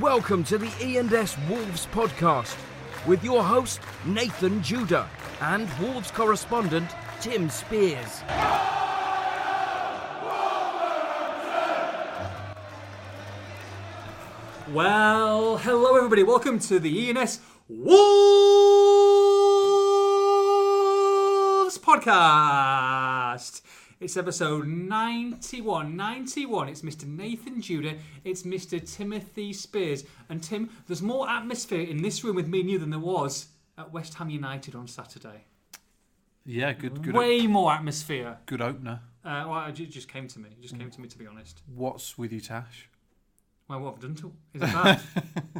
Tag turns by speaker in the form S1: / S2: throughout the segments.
S1: Welcome to the E&S Wolves podcast with your host Nathan Judah and Wolves correspondent Tim Spears.
S2: Well, hello everybody. Welcome to the E ENS Wolves podcast. It's episode 91. 91. It's Mr. Nathan Judah. It's Mr. Timothy Spears. And Tim, there's more atmosphere in this room with me and you than there was at West Ham United on Saturday.
S3: Yeah, good, good,
S2: Way more atmosphere.
S3: good opener.
S2: Uh, well, it ju- just came to me. It just came to me, to be honest.
S3: What's with you, Tash?
S2: Well, what have I done to Is it bad?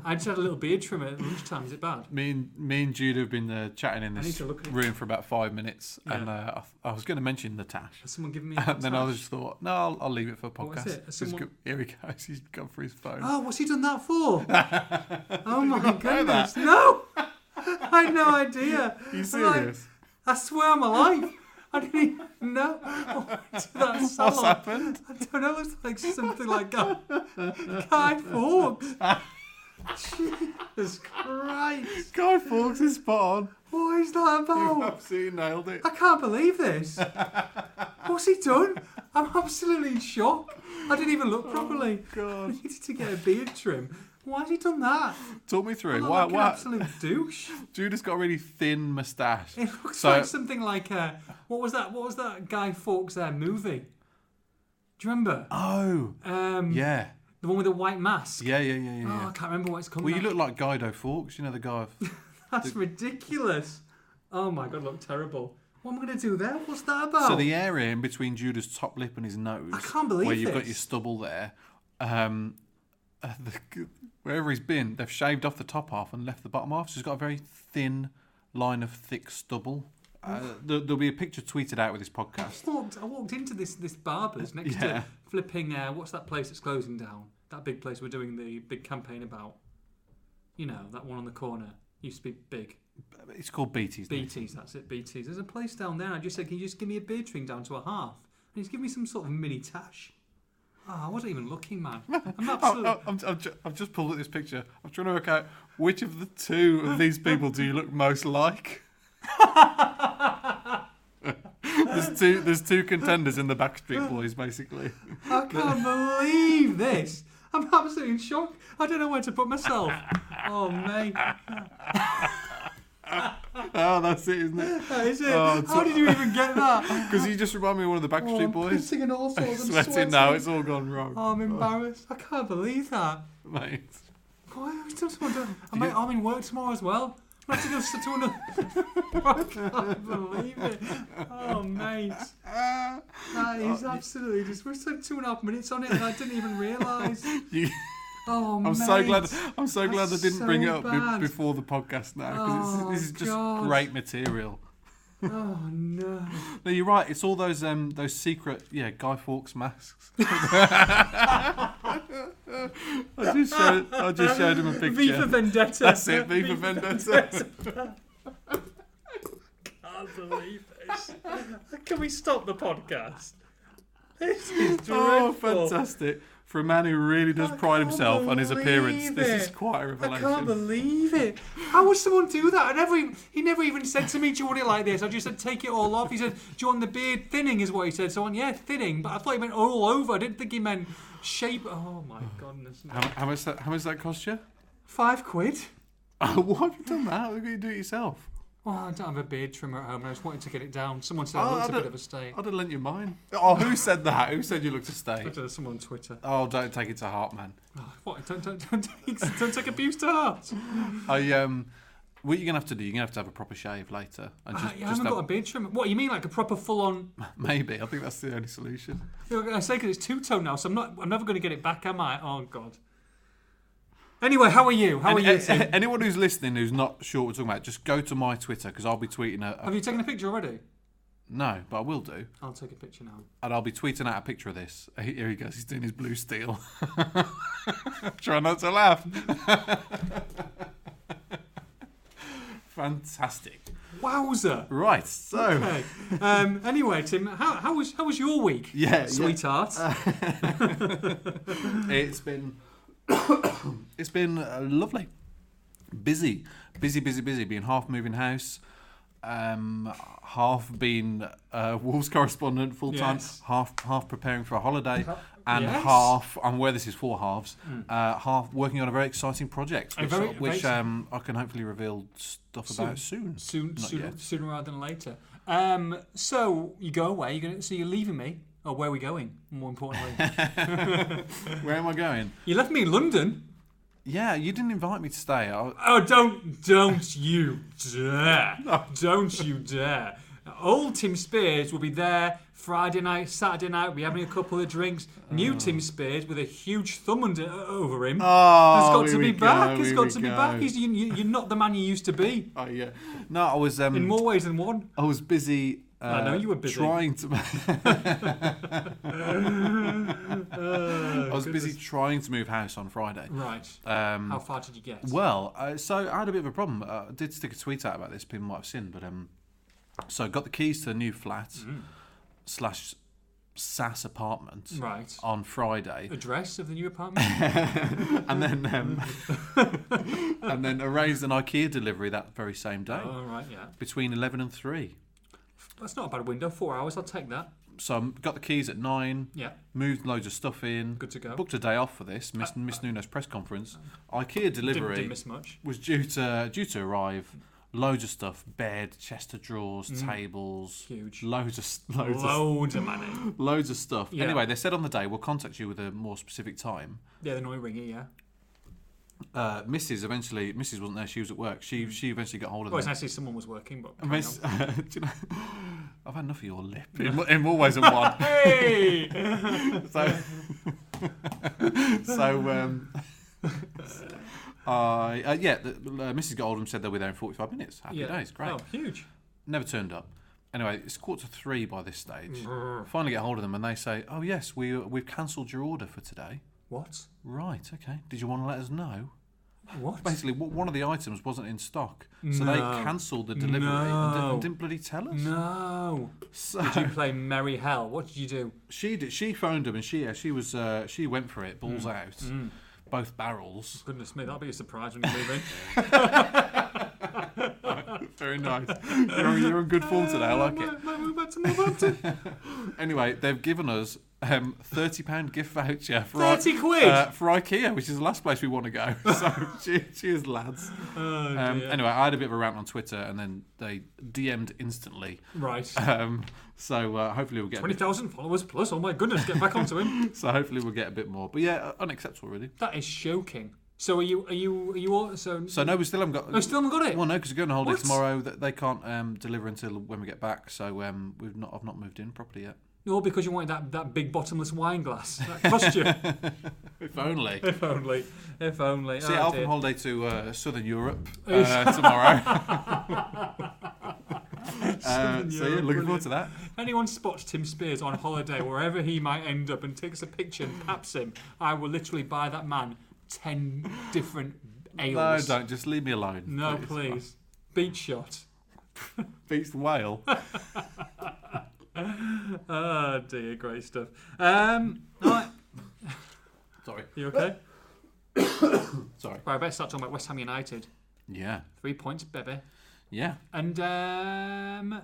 S2: I just had a little beard trim at lunchtime. Is it bad?
S3: Me and me and Jude have been uh, chatting in
S2: need
S3: this
S2: to look at it.
S3: room for about five minutes,
S2: Yeah.
S3: and uh, I, th- I was going to mention the Tash,
S2: Has someone given me a
S3: and then I
S2: tash?
S3: just thought, no, I'll, I'll leave it for a
S2: What was
S3: podcast.
S2: it?
S3: He's
S2: Someone-
S3: go- Here he goes. He's gone for his phone.
S2: Oh, what's he done that for? oh my
S3: know that?
S2: goodness. No! I had no idea.
S3: Are you
S2: I'm like,
S3: serious?
S2: I swear on my life. I didn't even know. Oh, I went to that
S3: What's
S2: salon.
S3: happened?
S2: I don't know, it's like something like Guy, Guy Fawkes. Jesus Christ.
S3: Guy Fawkes is spot on.
S2: What is that
S3: You
S2: about?
S3: absolutely nailed it.
S2: I can't believe this. What's he done? I'm absolutely in shock. I didn't even look properly. I
S3: God,
S2: needed to get a beard trim. Why has he done that?
S3: talk me through.
S2: I
S3: it.
S2: look
S3: Why?
S2: like an
S3: Why?
S2: absolute douche.
S3: Jude has got a really thin moustache.
S2: It looks
S3: So-
S2: like something like uh, what was that? What was that Guy Fawkes uh, movie? Do you remember?
S3: Oh,
S2: Um,
S3: yeah,
S2: the one with the white mask.
S3: yeah, yeah, yeah, yeah.
S2: Oh,
S3: yeah.
S2: I can't remember what it's called.
S3: well, you
S2: now.
S3: look like Guido Fawkes. You know the guy.
S2: That's ridiculous. Oh my god, look terrible. What am I going to do there? What's that about?
S3: So the area in between Judah's top lip and his nose,
S2: Oh. I can't believe
S3: where you've
S2: this.
S3: got your stubble there, um, uh, the, wherever he's been, they've shaved off the top half and left the bottom half. So he's got a very thin line of thick stubble. Uh, there, there'll be a picture tweeted out with this podcast.
S2: walked, I walked into this this barber's next
S3: Yeah.
S2: to flipping. Uh, what's that place that's closing down? That big place we're doing the big campaign about. You know that one on the corner used to be big.
S3: It's called BT's.
S2: BTS, that's it. BTS. There's a place down there. and I just said, can you just give me a beard trim down to a half? And he's giving me some sort of mini tash. Oh, I wasn't even looking, man. I'm absolutely.
S3: Oh, oh, I'm, I'm, ju- I've just pulled up this picture. I'm trying to work out which of the two of these people do you look most like. there's two. There's two contenders in the Backstreet Boys, basically.
S2: I can't believe this. I'm absolutely in shock. I don't know where to put myself. Oh, mate.
S3: Oh, that's it, isn't it?
S2: That is it.
S3: Oh, it's
S2: How did you even get that?
S3: Because you just remind me of one of the
S2: Oh,
S3: Backstreet
S2: I'm
S3: Boys.
S2: pissing and all sorts. I'm
S3: sweating, now, it's all gone wrong,
S2: Oh, I'm embarrassed. I can't believe that.
S3: mate.
S2: Why are we still someone doing? I'm, in- I'm in work tomorrow as well. I have to go sit to another. I can't believe it. Oh, mate.
S3: Uh,
S2: That is absolutely just. We spent two and a half minutes on it and I didn't even realise.
S3: You-
S2: Oh,
S3: I'm
S2: mate.
S3: so glad. I'm so glad I
S2: that's
S3: didn't bring it
S2: so
S3: up
S2: bad.
S3: be- before the podcast now because
S2: Oh,
S3: this is just
S2: God.
S3: great material.
S2: Oh, no.
S3: No, you're right. It's all those um those secret yeah Guy Fawkes masks. I just showed I just showed him a picture.
S2: V for Vendetta.
S3: That's it. V for Vendetta.
S2: I can't believe this. Can we stop the podcast? This is dreadful.
S3: oh, fantastic! For a man who really does
S2: I
S3: pride
S2: can't
S3: himself on his appearance,
S2: believe
S3: this is
S2: it.
S3: quite a
S2: I
S3: revelation.
S2: can't believe it. How would someone do that? I never even, he never even said to me, Do you want it like this? I just said, Take it all off. He said, Do you want the beard thinning? Is what he said. So I went, Yeah, thinning. But I thought he meant all over. I didn't think he meant shape. Oh my
S3: Hmm.
S2: goodness. me.
S3: How, how much that, how much that cost you?
S2: Five quid?
S3: Oh, why have you done that? Why do you do it yourself?
S2: Well, Oh, I don't have a beard trimmer at home. and I just wanted to get it down. Someone said
S3: Oh,
S2: I
S3: I
S2: looked a
S3: don't-
S2: bit of a state.
S3: I'd have lent you mine. Oh, who said that? Who said you looked a
S2: I
S3: state?
S2: don't know, someone on Twitter.
S3: Oh, don't take it to heart, man.
S2: Oh, what? Don't, don't, don't, take, don't take abuse to heart.
S3: I um, what you're gonna have to do? You're gonna have to have a proper shave later, and
S2: I,
S3: just,
S2: I
S3: just
S2: haven't got a
S3: have-
S2: beard trimmer. What, you mean like a proper full on
S3: maybe. I think that's the only solution.
S2: You know, I say because it's two tone now, so I'm not. I'm never going to get it back, am I? Oh God. Anyway, how are you? How are
S3: Any-
S2: you?
S3: a-
S2: Tim?
S3: a- anyone who's listening who's not sure what we're talking about, just go to my Twitter because I'll be tweeting a, a-
S2: Have you taken a picture already?
S3: no, but I will do,
S2: I'll take a picture now.
S3: and I'll be tweeting out a picture of this. Here he goes. He's doing his blue steel. Try not to laugh. Fantastic.
S2: Wowzer.
S3: Right. So.
S2: Okay. Um, anyway, Tim, how, how was how was your week?
S3: Uh, Yeah, yeah.
S2: sweetheart.
S3: It's been it's been uh, lovely, busy, busy, busy, busy. Being half moving house, um, half being uh, Wolves correspondent full time,
S2: Yes.
S3: half half preparing for a holiday, and
S2: Yes. Hmm.
S3: half. I'm aware this is four halves. Uh, half working on a very exciting project,
S2: A
S3: which,
S2: very-
S3: I, which
S2: very-
S3: um, I can hopefully reveal stuff about soon.
S2: Soon,
S3: Not
S2: sooner,
S3: yet.
S2: sooner rather than later. Um, so you go away. You're gonna, so you're leaving me. Oh, where are we going? More importantly,
S3: Where am I going?
S2: you left me in London.
S3: Yeah, you didn't invite me to stay. I,
S2: Oh, don't, don't you dare! Don't you dare! Old Tim Spears will be there Friday night, Saturday night. We'll be having a couple of drinks. New Tim Spears with a huge thumb under, uh, over him.
S3: Oh,
S2: has got
S3: here
S2: to
S3: we
S2: be back.
S3: go,
S2: He's
S3: here
S2: got
S3: we
S2: to be
S3: go.
S2: back. He's, you, you, you're not the man you used to be
S3: Oh yeah. No, I was um,
S2: in more ways than one.
S3: I was busy. Uh,
S2: I know you were busy.
S3: Trying to. Uh, I was busy trying to move house on Friday.
S2: Right.
S3: Um,
S2: How far did you get?
S3: well, uh, so I had a bit of a problem. Uh, I did stick a tweet out about this. People might have seen, but um, so I got the keys to the new flat
S2: Mm.
S3: slash SAS apartment
S2: Right.
S3: on Friday.
S2: Address of the new apartment?
S3: and then um, and then arranged an IKEA delivery that very same day
S2: oh, right, yeah.
S3: between eleven and three.
S2: That's not a bad window. Four hours, I'll take that.
S3: So I got the keys at nine.
S2: Yeah.
S3: Moved loads of stuff in.
S2: Good to go. Mm.
S3: Booked a day off for this. Miss, Miss Nuno's press conference. IKEA
S2: Didn't,
S3: delivery
S2: didn't miss much.
S3: was due to due to arrive. Loads of stuff: bed, chest of drawers, tables,
S2: Mm. Huge.
S3: Loads of s- loads of
S2: Loads of money.
S3: loads of stuff.
S2: Yeah.
S3: Anyway, they said on the day we'll contact you with a more specific time.
S2: Yeah, the annoying ringer, yeah.
S3: Uh, Mrs. eventually, Mrs. wasn't there. She was at work. She she eventually got hold of
S2: Mm. Well, it's
S3: them.
S2: nice to see someone was working, but. carry
S3: Miss, do you know, I've had enough of your lip in, mo- in more ways than one.
S2: on. Hey!
S3: so so um I uh, yeah, the, uh, Mrs. Goldham said they'll be there in 45 minutes. Happy
S2: yeah.
S3: days, great.
S2: Oh, huge.
S3: Never turned up. Anyway, it's quarter to three by this stage.
S2: Mm.
S3: Finally get hold of them and they say, "Oh yes, we we've cancelled your order for today."
S2: What?
S3: Right, okay. Did you want to let us know?
S2: What?
S3: Basically, wh- one of the items wasn't in stock, so they
S2: No.
S3: cancelled the delivery and, di-
S2: No.
S3: and didn't bloody tell us.
S2: No.
S3: So-
S2: Did you play Merry Hell? What did you do?
S3: she did, she phoned him and she she was uh, she went for it, balls
S2: Mm.
S3: out, both barrels.
S2: Goodness me, that'll be a surprise when you leave in.
S3: Very nice. You're, you're in good form
S2: Oh,
S3: today. I like it.
S2: Am I moving back to Northampton?
S3: Anyway, they've given us um, thirty pound gift voucher for
S2: 30 quid?
S3: uh, for IKEA, which is the last place we want to go. So che- cheers, lads.
S2: Oh,
S3: Um,
S2: dear.
S3: anyway, I had a bit of a rant on Twitter, and then they DM'd instantly.
S2: Right.
S3: Um, so uh, hopefully we'll get a bit,
S2: 20,000 followers plus. Oh my goodness, get back onto him.
S3: so hopefully we'll get a bit more. But yeah, uh, unacceptable really.
S2: That is shocking. So are you? Are you? Are you all? So,
S3: So no, we still haven't got.
S2: I still haven't got it.
S3: Well, no, because we're going on holiday
S2: What?
S3: tomorrow. That they can't um, deliver until when we get back. So um, we've not. I've not moved in properly yet.
S2: No, because you wanted that, that big bottomless wine glass. That cost you.
S3: If only.
S2: if only. If only.
S3: See,
S2: oh,
S3: off on
S2: dear.
S3: holiday to uh, Southern Europe
S2: Oh,
S3: uh, tomorrow. uh, so yeah,
S2: Europe,
S3: looking forward to that.
S2: Anyone spots Tim Spears on holiday, wherever he might end up, and takes a picture and paps him, I will literally buy that man ten different
S3: No,
S2: ales.
S3: don't just leave me alone.
S2: No, please. Beach shot.
S3: Beats the whale.
S2: Oh dear, great stuff. Um, all right.
S3: Sorry,
S2: You okay?
S3: sorry.
S2: Right, I better start talking about West Ham United.
S3: Yeah,
S2: Three points, baby.
S3: yeah.
S2: and um,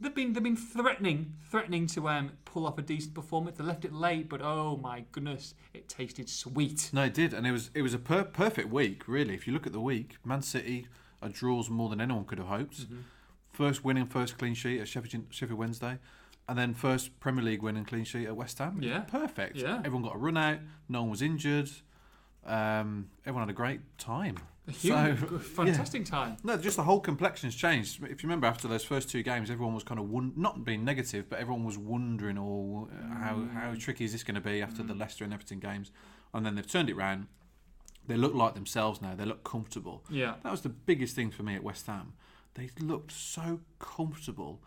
S2: they've been they've been threatening threatening to um, pull off a decent performance. They left it late, but oh my goodness, it tasted sweet.
S3: No, it did, and it was it was a per- perfect week, really. If you look at the week, Man City are draws more than anyone could have hoped.
S2: Mm-hmm.
S3: First winning, first clean sheet at Sheffield, Sheffield Wednesday, and then first Premier League winning clean sheet at West Ham. It was
S2: Yeah.
S3: perfect.
S2: Yeah.
S3: everyone got a run out. No one was injured. Um, everyone had a great time.
S2: A
S3: So-
S2: huge, fantastic time.
S3: No, just the whole complexion's changed. If you remember, after those first two games, everyone was kind of won- not being negative, but everyone was wondering all uh, how
S2: Mm.
S3: how tricky is this going to be after the Leicester and Everton games, and then they've turned it round. They look like themselves now. They look comfortable.
S2: Yeah.
S3: That was the biggest thing for me at West Ham. They looked so comfortable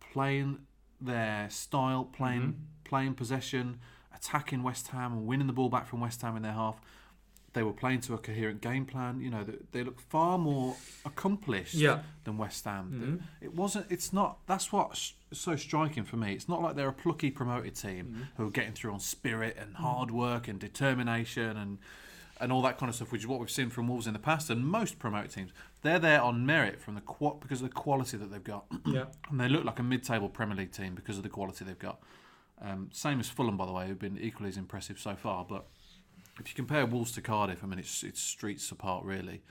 S3: playing their style, playing playing possession, attacking West Ham and winning the ball back from West Ham in their half. They were playing to a coherent game plan. You know, they, they look far more accomplished
S2: Yeah.
S3: than West Ham. It wasn't. It's not. That's what's so striking for me. It's not like they're a plucky promoted team who are getting through on spirit and hard work and determination and and all that kind of stuff, which is what we've seen from Wolves in the past and most promoted teams. They're there on merit from the qua- because of the quality that they've got,
S2: Yeah.
S3: and they look like a mid-table Premier League team because of the quality they've got. Um, same as Fulham, by the way, who've been equally as impressive so far. But if you compare Wolves to Cardiff, I mean, it's it's streets apart really.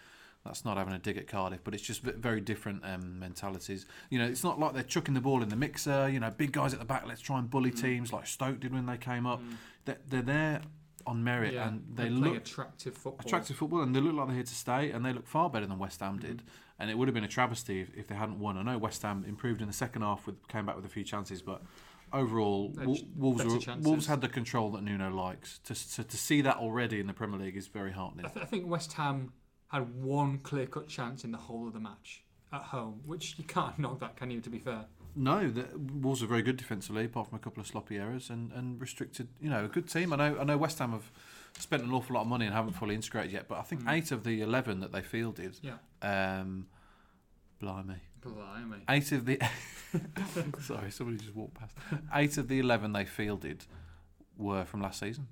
S3: That's not having a dig at Cardiff, but it's just ve- very different um, mentalities. You know, it's not like they're chucking the ball in the mixer. You know, big guys at the back. Let's try and bully
S2: Mm.
S3: teams like Stoke did when they came up. They're, they're there on merit,
S2: Yeah.
S3: and they
S2: play
S3: look
S2: attractive football.
S3: attractive football, and they look like they're here to stay, and they look far better than West Ham
S2: Mm-hmm.
S3: did. And it would have been a travesty if, if they hadn't won. I know West Ham improved in the second half with came back with a few chances, but overall,
S2: They
S3: Wol-
S2: had
S3: Wolves
S2: better
S3: were,
S2: chances.
S3: Wolves had the control that Nuno likes. To, to to see that already in the Premier League is very heartening.
S2: I, th- I think West Ham had one clear cut chance in the whole of the match at home, which you can't knock that, can you, to be fair?
S3: No, the, Wolves are very good defensively, apart from a couple of sloppy errors and, and restricted. You know, a good team. I know. I know West Ham have spent an awful lot of money and haven't fully integrated yet, but I
S2: Mm.
S3: think eight of the eleven that they fielded.
S2: Yeah.
S3: Um, blimey.
S2: Blimey.
S3: Eight of the sorry, somebody just walked past. Eight of the eleven they fielded were from last season,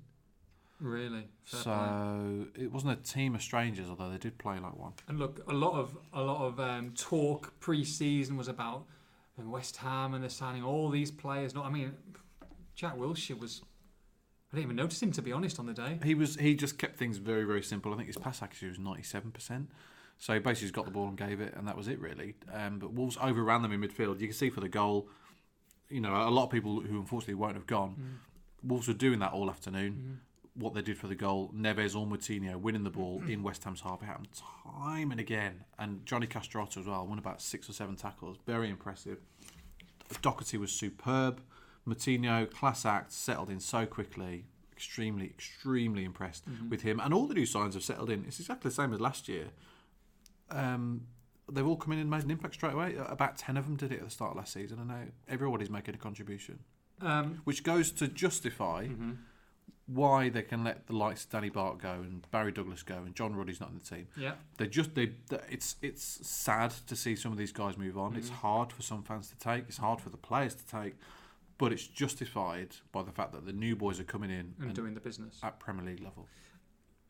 S2: Really? Fair play.
S3: so it wasn't a team of strangers. Although they did play like one.
S2: And look, a lot of a lot of um, talk pre-season was about um, West Ham and they're signing all these players. Not, I mean, Jack Wilshere was. I didn't even notice him to be honest on the day.
S3: He was he just kept things very very simple. I think his pass accuracy was ninety seven percent. So he basically just got the ball and gave it, and that was it really. Um, but Wolves overran them in midfield. You can see for the goal, you know, a lot of people who unfortunately won't have gone. Wolves were doing that all afternoon. What they did for the goal, Neves or Moutinho winning the ball in West Ham's half. It happened time and again. And Johnny Castrotto as well won about six or seven tackles. Very impressive. Doherty was superb. Matinho, class act, settled in so quickly. Extremely, extremely impressed with him. And all the new signs have settled in. It's exactly the same as last year. Um, they've all come in and made an impact straight away. Uh, About 10 of them did it at the start of last season. And now everybody's making a contribution,
S2: Um,
S3: which goes to justify why they can let the likes of Danny Bart go and Barry Douglas go and John Ruddy's not in the team
S2: yeah,
S3: they just they th- it's it's sad to see some of these guys move on.
S2: Mm-hmm.
S3: It's hard for some fans to take. It's hard for the players to take, but it's justified by the fact that the new boys are coming in
S2: and
S3: and
S2: doing the business.
S3: at Premier League level.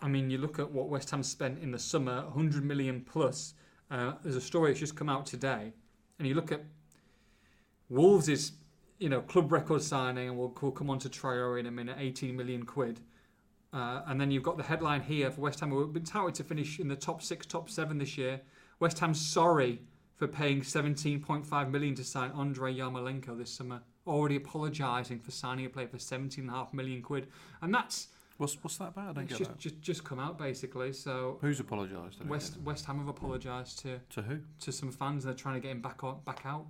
S2: I mean, you look at what West Ham spent in the summer, 100 million plus. Uh, there's a story that's just come out today, and you look at Wolves' is, you know, club record signing, and we'll, we'll come on to Traore in a minute, 18 million quid. Uh, and then you've got the headline here for West Ham, who've been touted to finish in the top six, top seven this year. West Ham sorry for paying 17.5 million to sign Andre Yarmolenko this summer. Already apologising for signing a player for 17.5 million quid, and that's
S3: What's what's that about? I don't
S2: it's
S3: get
S2: just,
S3: that.
S2: just just come out basically. So
S3: Who's apologised? I don't
S2: West
S3: get
S2: West Ham have apologised to
S3: it. to who?
S2: to some fans and they're trying to get him back on back out.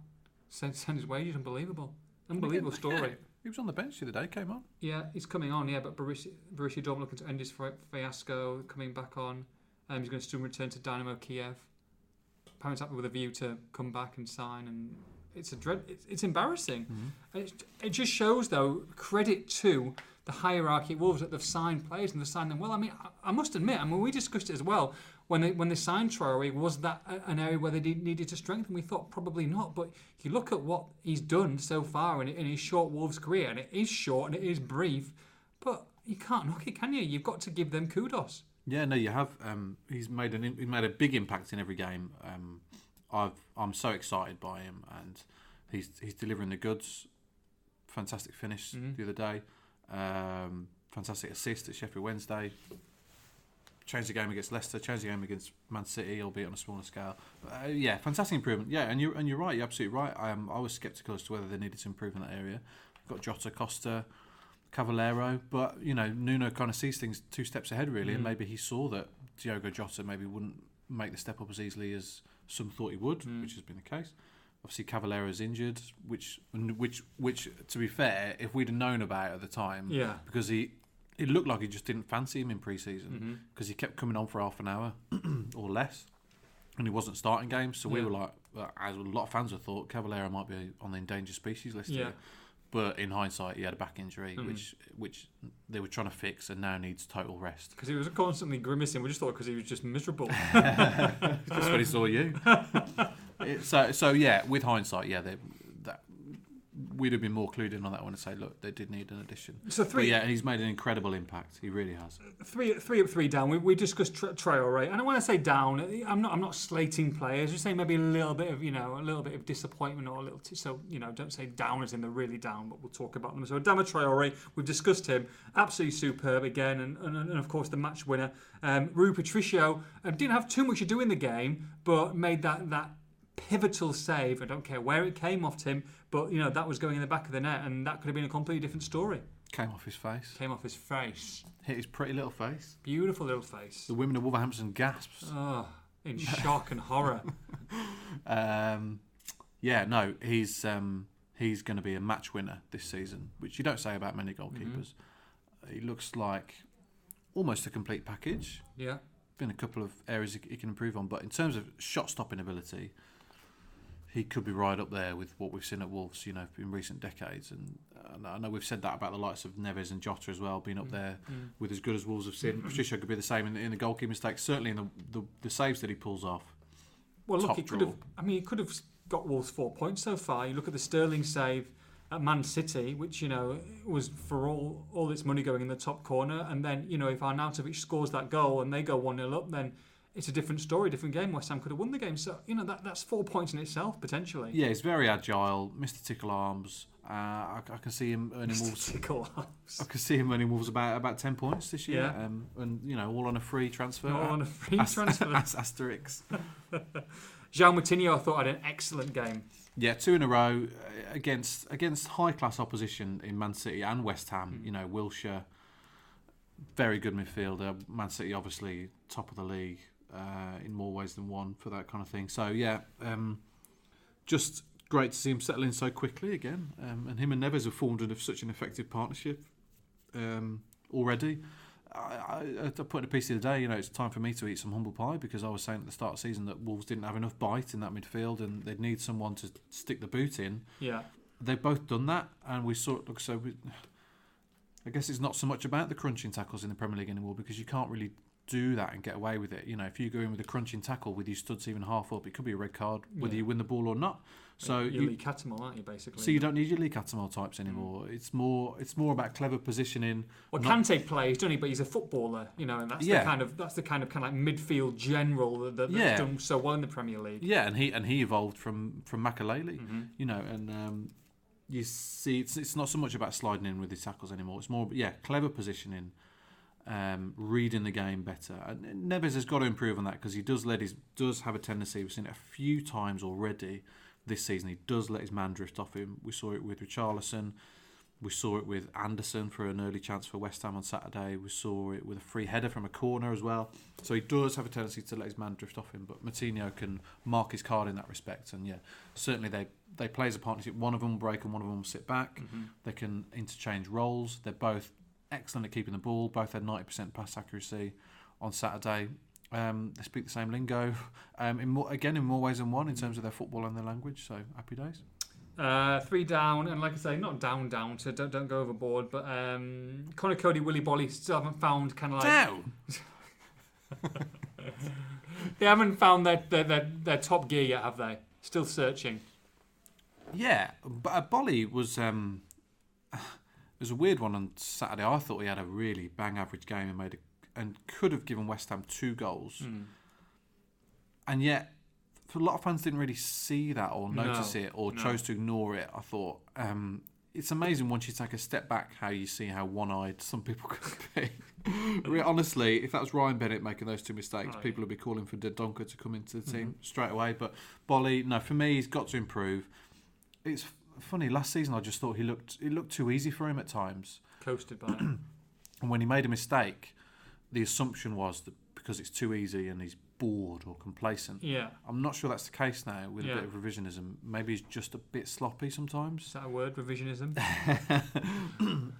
S2: Send send his wages, unbelievable, unbelievable story.
S3: He was on the bench the other day. Came on.
S2: Yeah, he's coming on. Yeah, but Borussia, Borussia Dortmund looking to end his fri- fiasco, coming back on. Um, he's going to soon return to Dynamo Kiev. Parents up with a view to come back and sign, and it's a dread. It's, it's embarrassing. And It, it just shows, though, credit to the hierarchy at Wolves that they've signed players and they've signed them well. I mean, I, I must admit, I mean, we discussed it as well when they when they signed Traore. Was that a- an area where they did, needed to strengthen? We thought probably not, but you look at what he's done so far in, in his short Wolves career, and it is short and it is brief, but you can't knock it, can you? You've got to give them kudos.
S3: Yeah, no, you have. Um, he's made an he made a big impact in every game. Um, I've I'm so excited by him, and he's he's delivering the goods. Fantastic finish the other day. Um, fantastic assist at Sheffield Wednesday. Changed the game against Leicester. Changed the game against Man City, albeit on a smaller scale. Uh, yeah, fantastic improvement. Yeah, and you and you're right. You're absolutely right. I am. I was sceptical as to whether they needed to improve in that area. Got Jota, Costa, Cavallero, but you know Nuno kind of sees things two steps ahead really, and maybe he saw that Diogo Jota maybe wouldn't make the step up as easily as some thought he would, which has been the case. Obviously, Cavallero's injured, which which which to be fair, if we'd have known about at the time,
S2: Yeah.
S3: because he it looked like he just didn't fancy him in pre-season
S2: Mm-hmm.
S3: because he kept coming on for half an hour or less, and he wasn't starting games. So we
S2: Yeah.
S3: were like, well, as a lot of fans have thought, Cavallero might be on the endangered species list.
S2: Yeah. Mm-hmm.
S3: here. But in hindsight, he had a back injury, which which they were trying to fix, and now needs total rest.
S2: Because he was constantly grimacing. We just thought because he was just miserable.
S3: That's when he saw you. It- so so yeah, with hindsight, yeah, they, that we'd have been more clued in on that one and say, look, they did need an addition.
S2: So
S3: But
S2: three,
S3: yeah, he's made an incredible impact. He really has.
S2: three, three up, three down. We, we discussed tra- Traore, and I want to say down. I'm not, I'm not slating players. Just saying maybe a little bit of, you know, a little bit of disappointment or a little. T- so you know, don't say down as in they're really down, but we'll talk about them. So Adama Traore, we've discussed him. Absolutely superb again, and and, and of course the match winner. Um, Rui Patricio um, didn't have too much to do in the game, but made that that pivotal save. I don't care where it came off Tim, but you know that was going in the back of the net, and that could have been a completely different story.
S3: Came off his face.
S2: Came off his face.
S3: Hit his pretty little face.
S2: Beautiful little face.
S3: The women of Wolverhampton gasps.
S2: Oh, in shock and horror.
S3: Um, yeah, no, he's um, he's going to be a match winner this season, which you don't say about many goalkeepers. He looks like almost a complete package.
S2: Yeah.
S3: Been a couple of areas he, he can improve on, but in terms of shot stopping ability, he could be right up there with what we've seen at Wolves, you know, in recent decades. And uh, I know we've said that about the likes of Neves and Jota as well, being
S2: Mm,
S3: up there with as good as Wolves have seen. Patricio could be the same in the, in the goalkeeping mistakes, certainly in the, the, the saves that he pulls off.
S2: Well, look,
S3: Top
S2: he could
S3: draw.
S2: have. I mean, he could have got Wolves four points so far. You look at the Sterling save at Man City, which you know was for all all its money going in the top corner, and then you know if Arnautovic scores that goal and they go one 0 up, then it's a different story, different game. West Ham could have won the game, so you know that that's four points in itself potentially.
S3: Yeah, he's very agile. Mr. Tickle Arms. Uh, I, I can see him earning Wolves.
S2: Tickle
S3: I can see him earning Wolves about about ten points this year.
S2: Yeah.
S3: Um, and you know, all on a free transfer.
S2: on a free transfer.
S3: As asterisks.
S2: Jean Moutinho, I thought had an excellent game.
S3: Yeah, two in a row uh, against against high class opposition in Man City and West Ham. You know, Wilshire, very good midfielder. Man City, obviously top of the league uh, in more ways than one for that kind of thing. So yeah, um, just great to see him settle in so quickly again. Um, and him and Neves have formed an, such an effective partnership um, already. I, I, I put in a piece the other day, you know, it's time for me to eat some humble pie because I was saying at the start of the season that Wolves didn't have enough bite in that midfield and they'd need someone to stick the boot in.
S2: Yeah.
S3: They've both done that, and we sort of so. We, I guess it's not so much about the crunching tackles in the Premier League anymore because you can't really do that and get away with it. You know, if you go in with a crunching tackle with your studs even half up, it could be a red card whether
S2: Yeah.
S3: you win the ball or not. So
S2: you're
S3: you-
S2: Lee Catamol, aren't you? Basically.
S3: so you don't need your Lee Catamol types anymore. It's more it's more about clever
S2: Mm.
S3: positioning.
S2: Well,
S3: not-
S2: Kante plays, doesn't he? But he's a footballer, you know, and that's
S3: Yeah.
S2: the kind of that's the kind of kind of like midfield general that, that, that's
S3: Yeah.
S2: done so well in the Premier League.
S3: Yeah, and he and he evolved from from Makaleli, you know, and um, you see it's it's not so much about sliding in with his tackles anymore. It's more yeah, clever positioning, um, reading the game better. And Neves has got to improve on that because he does let his does have a tendency. We've seen it a few times already this season. He does let his man drift off him. We saw it with Richarlison. We saw it with Anderson for an early chance for West Ham on Saturday. We saw it with a free header from a corner as well. So he does have a tendency to let his man drift off him, but Martino can mark his card in that respect. And yeah, certainly they they play as a partnership. One of them will break and one of them will sit back. They can interchange roles. They're both excellent at keeping the ball. Both had ninety percent pass accuracy on Saturday. Um, they speak the same lingo. Um, in more, again, in more ways than one, in terms of their football and their language. So happy days.
S2: Uh, three down, and like I say, not down down, so don't don't go overboard. But um, Connor Cody, Willy Bolly still haven't found kind of like
S3: Down.
S2: they haven't found their their, their their top gear yet, have they? Still searching.
S3: Yeah, but uh, Bolly was um, it was a weird one on Saturday. I thought he had a really bang average game and made a, and could have given West Ham two goals,
S2: Hmm.
S3: and yet a lot of fans didn't really see that or
S2: No,
S3: notice it or
S2: no.
S3: chose to ignore it. I thought um, it's amazing once you take a step back how you see how one eyed some people can be. Re- Honestly, if that was Ryan Bennett making those two mistakes,
S2: Right. Mm-hmm.
S3: people would be calling for Dodonka to come into the team straight away. But Bolly, no, for me, he's got to improve it's f- funny. Last season, I just thought he looked it looked too easy for him at times,
S2: Coasted by it.
S3: and when he made a mistake, the assumption was that because it's too easy and he's bored or complacent.
S2: yeah.
S3: I'm not sure that's the case now with a
S2: Yeah.
S3: bit of revisionism. Maybe he's just a bit sloppy
S2: Is
S3: sometimes.
S2: that a word? Revisionism.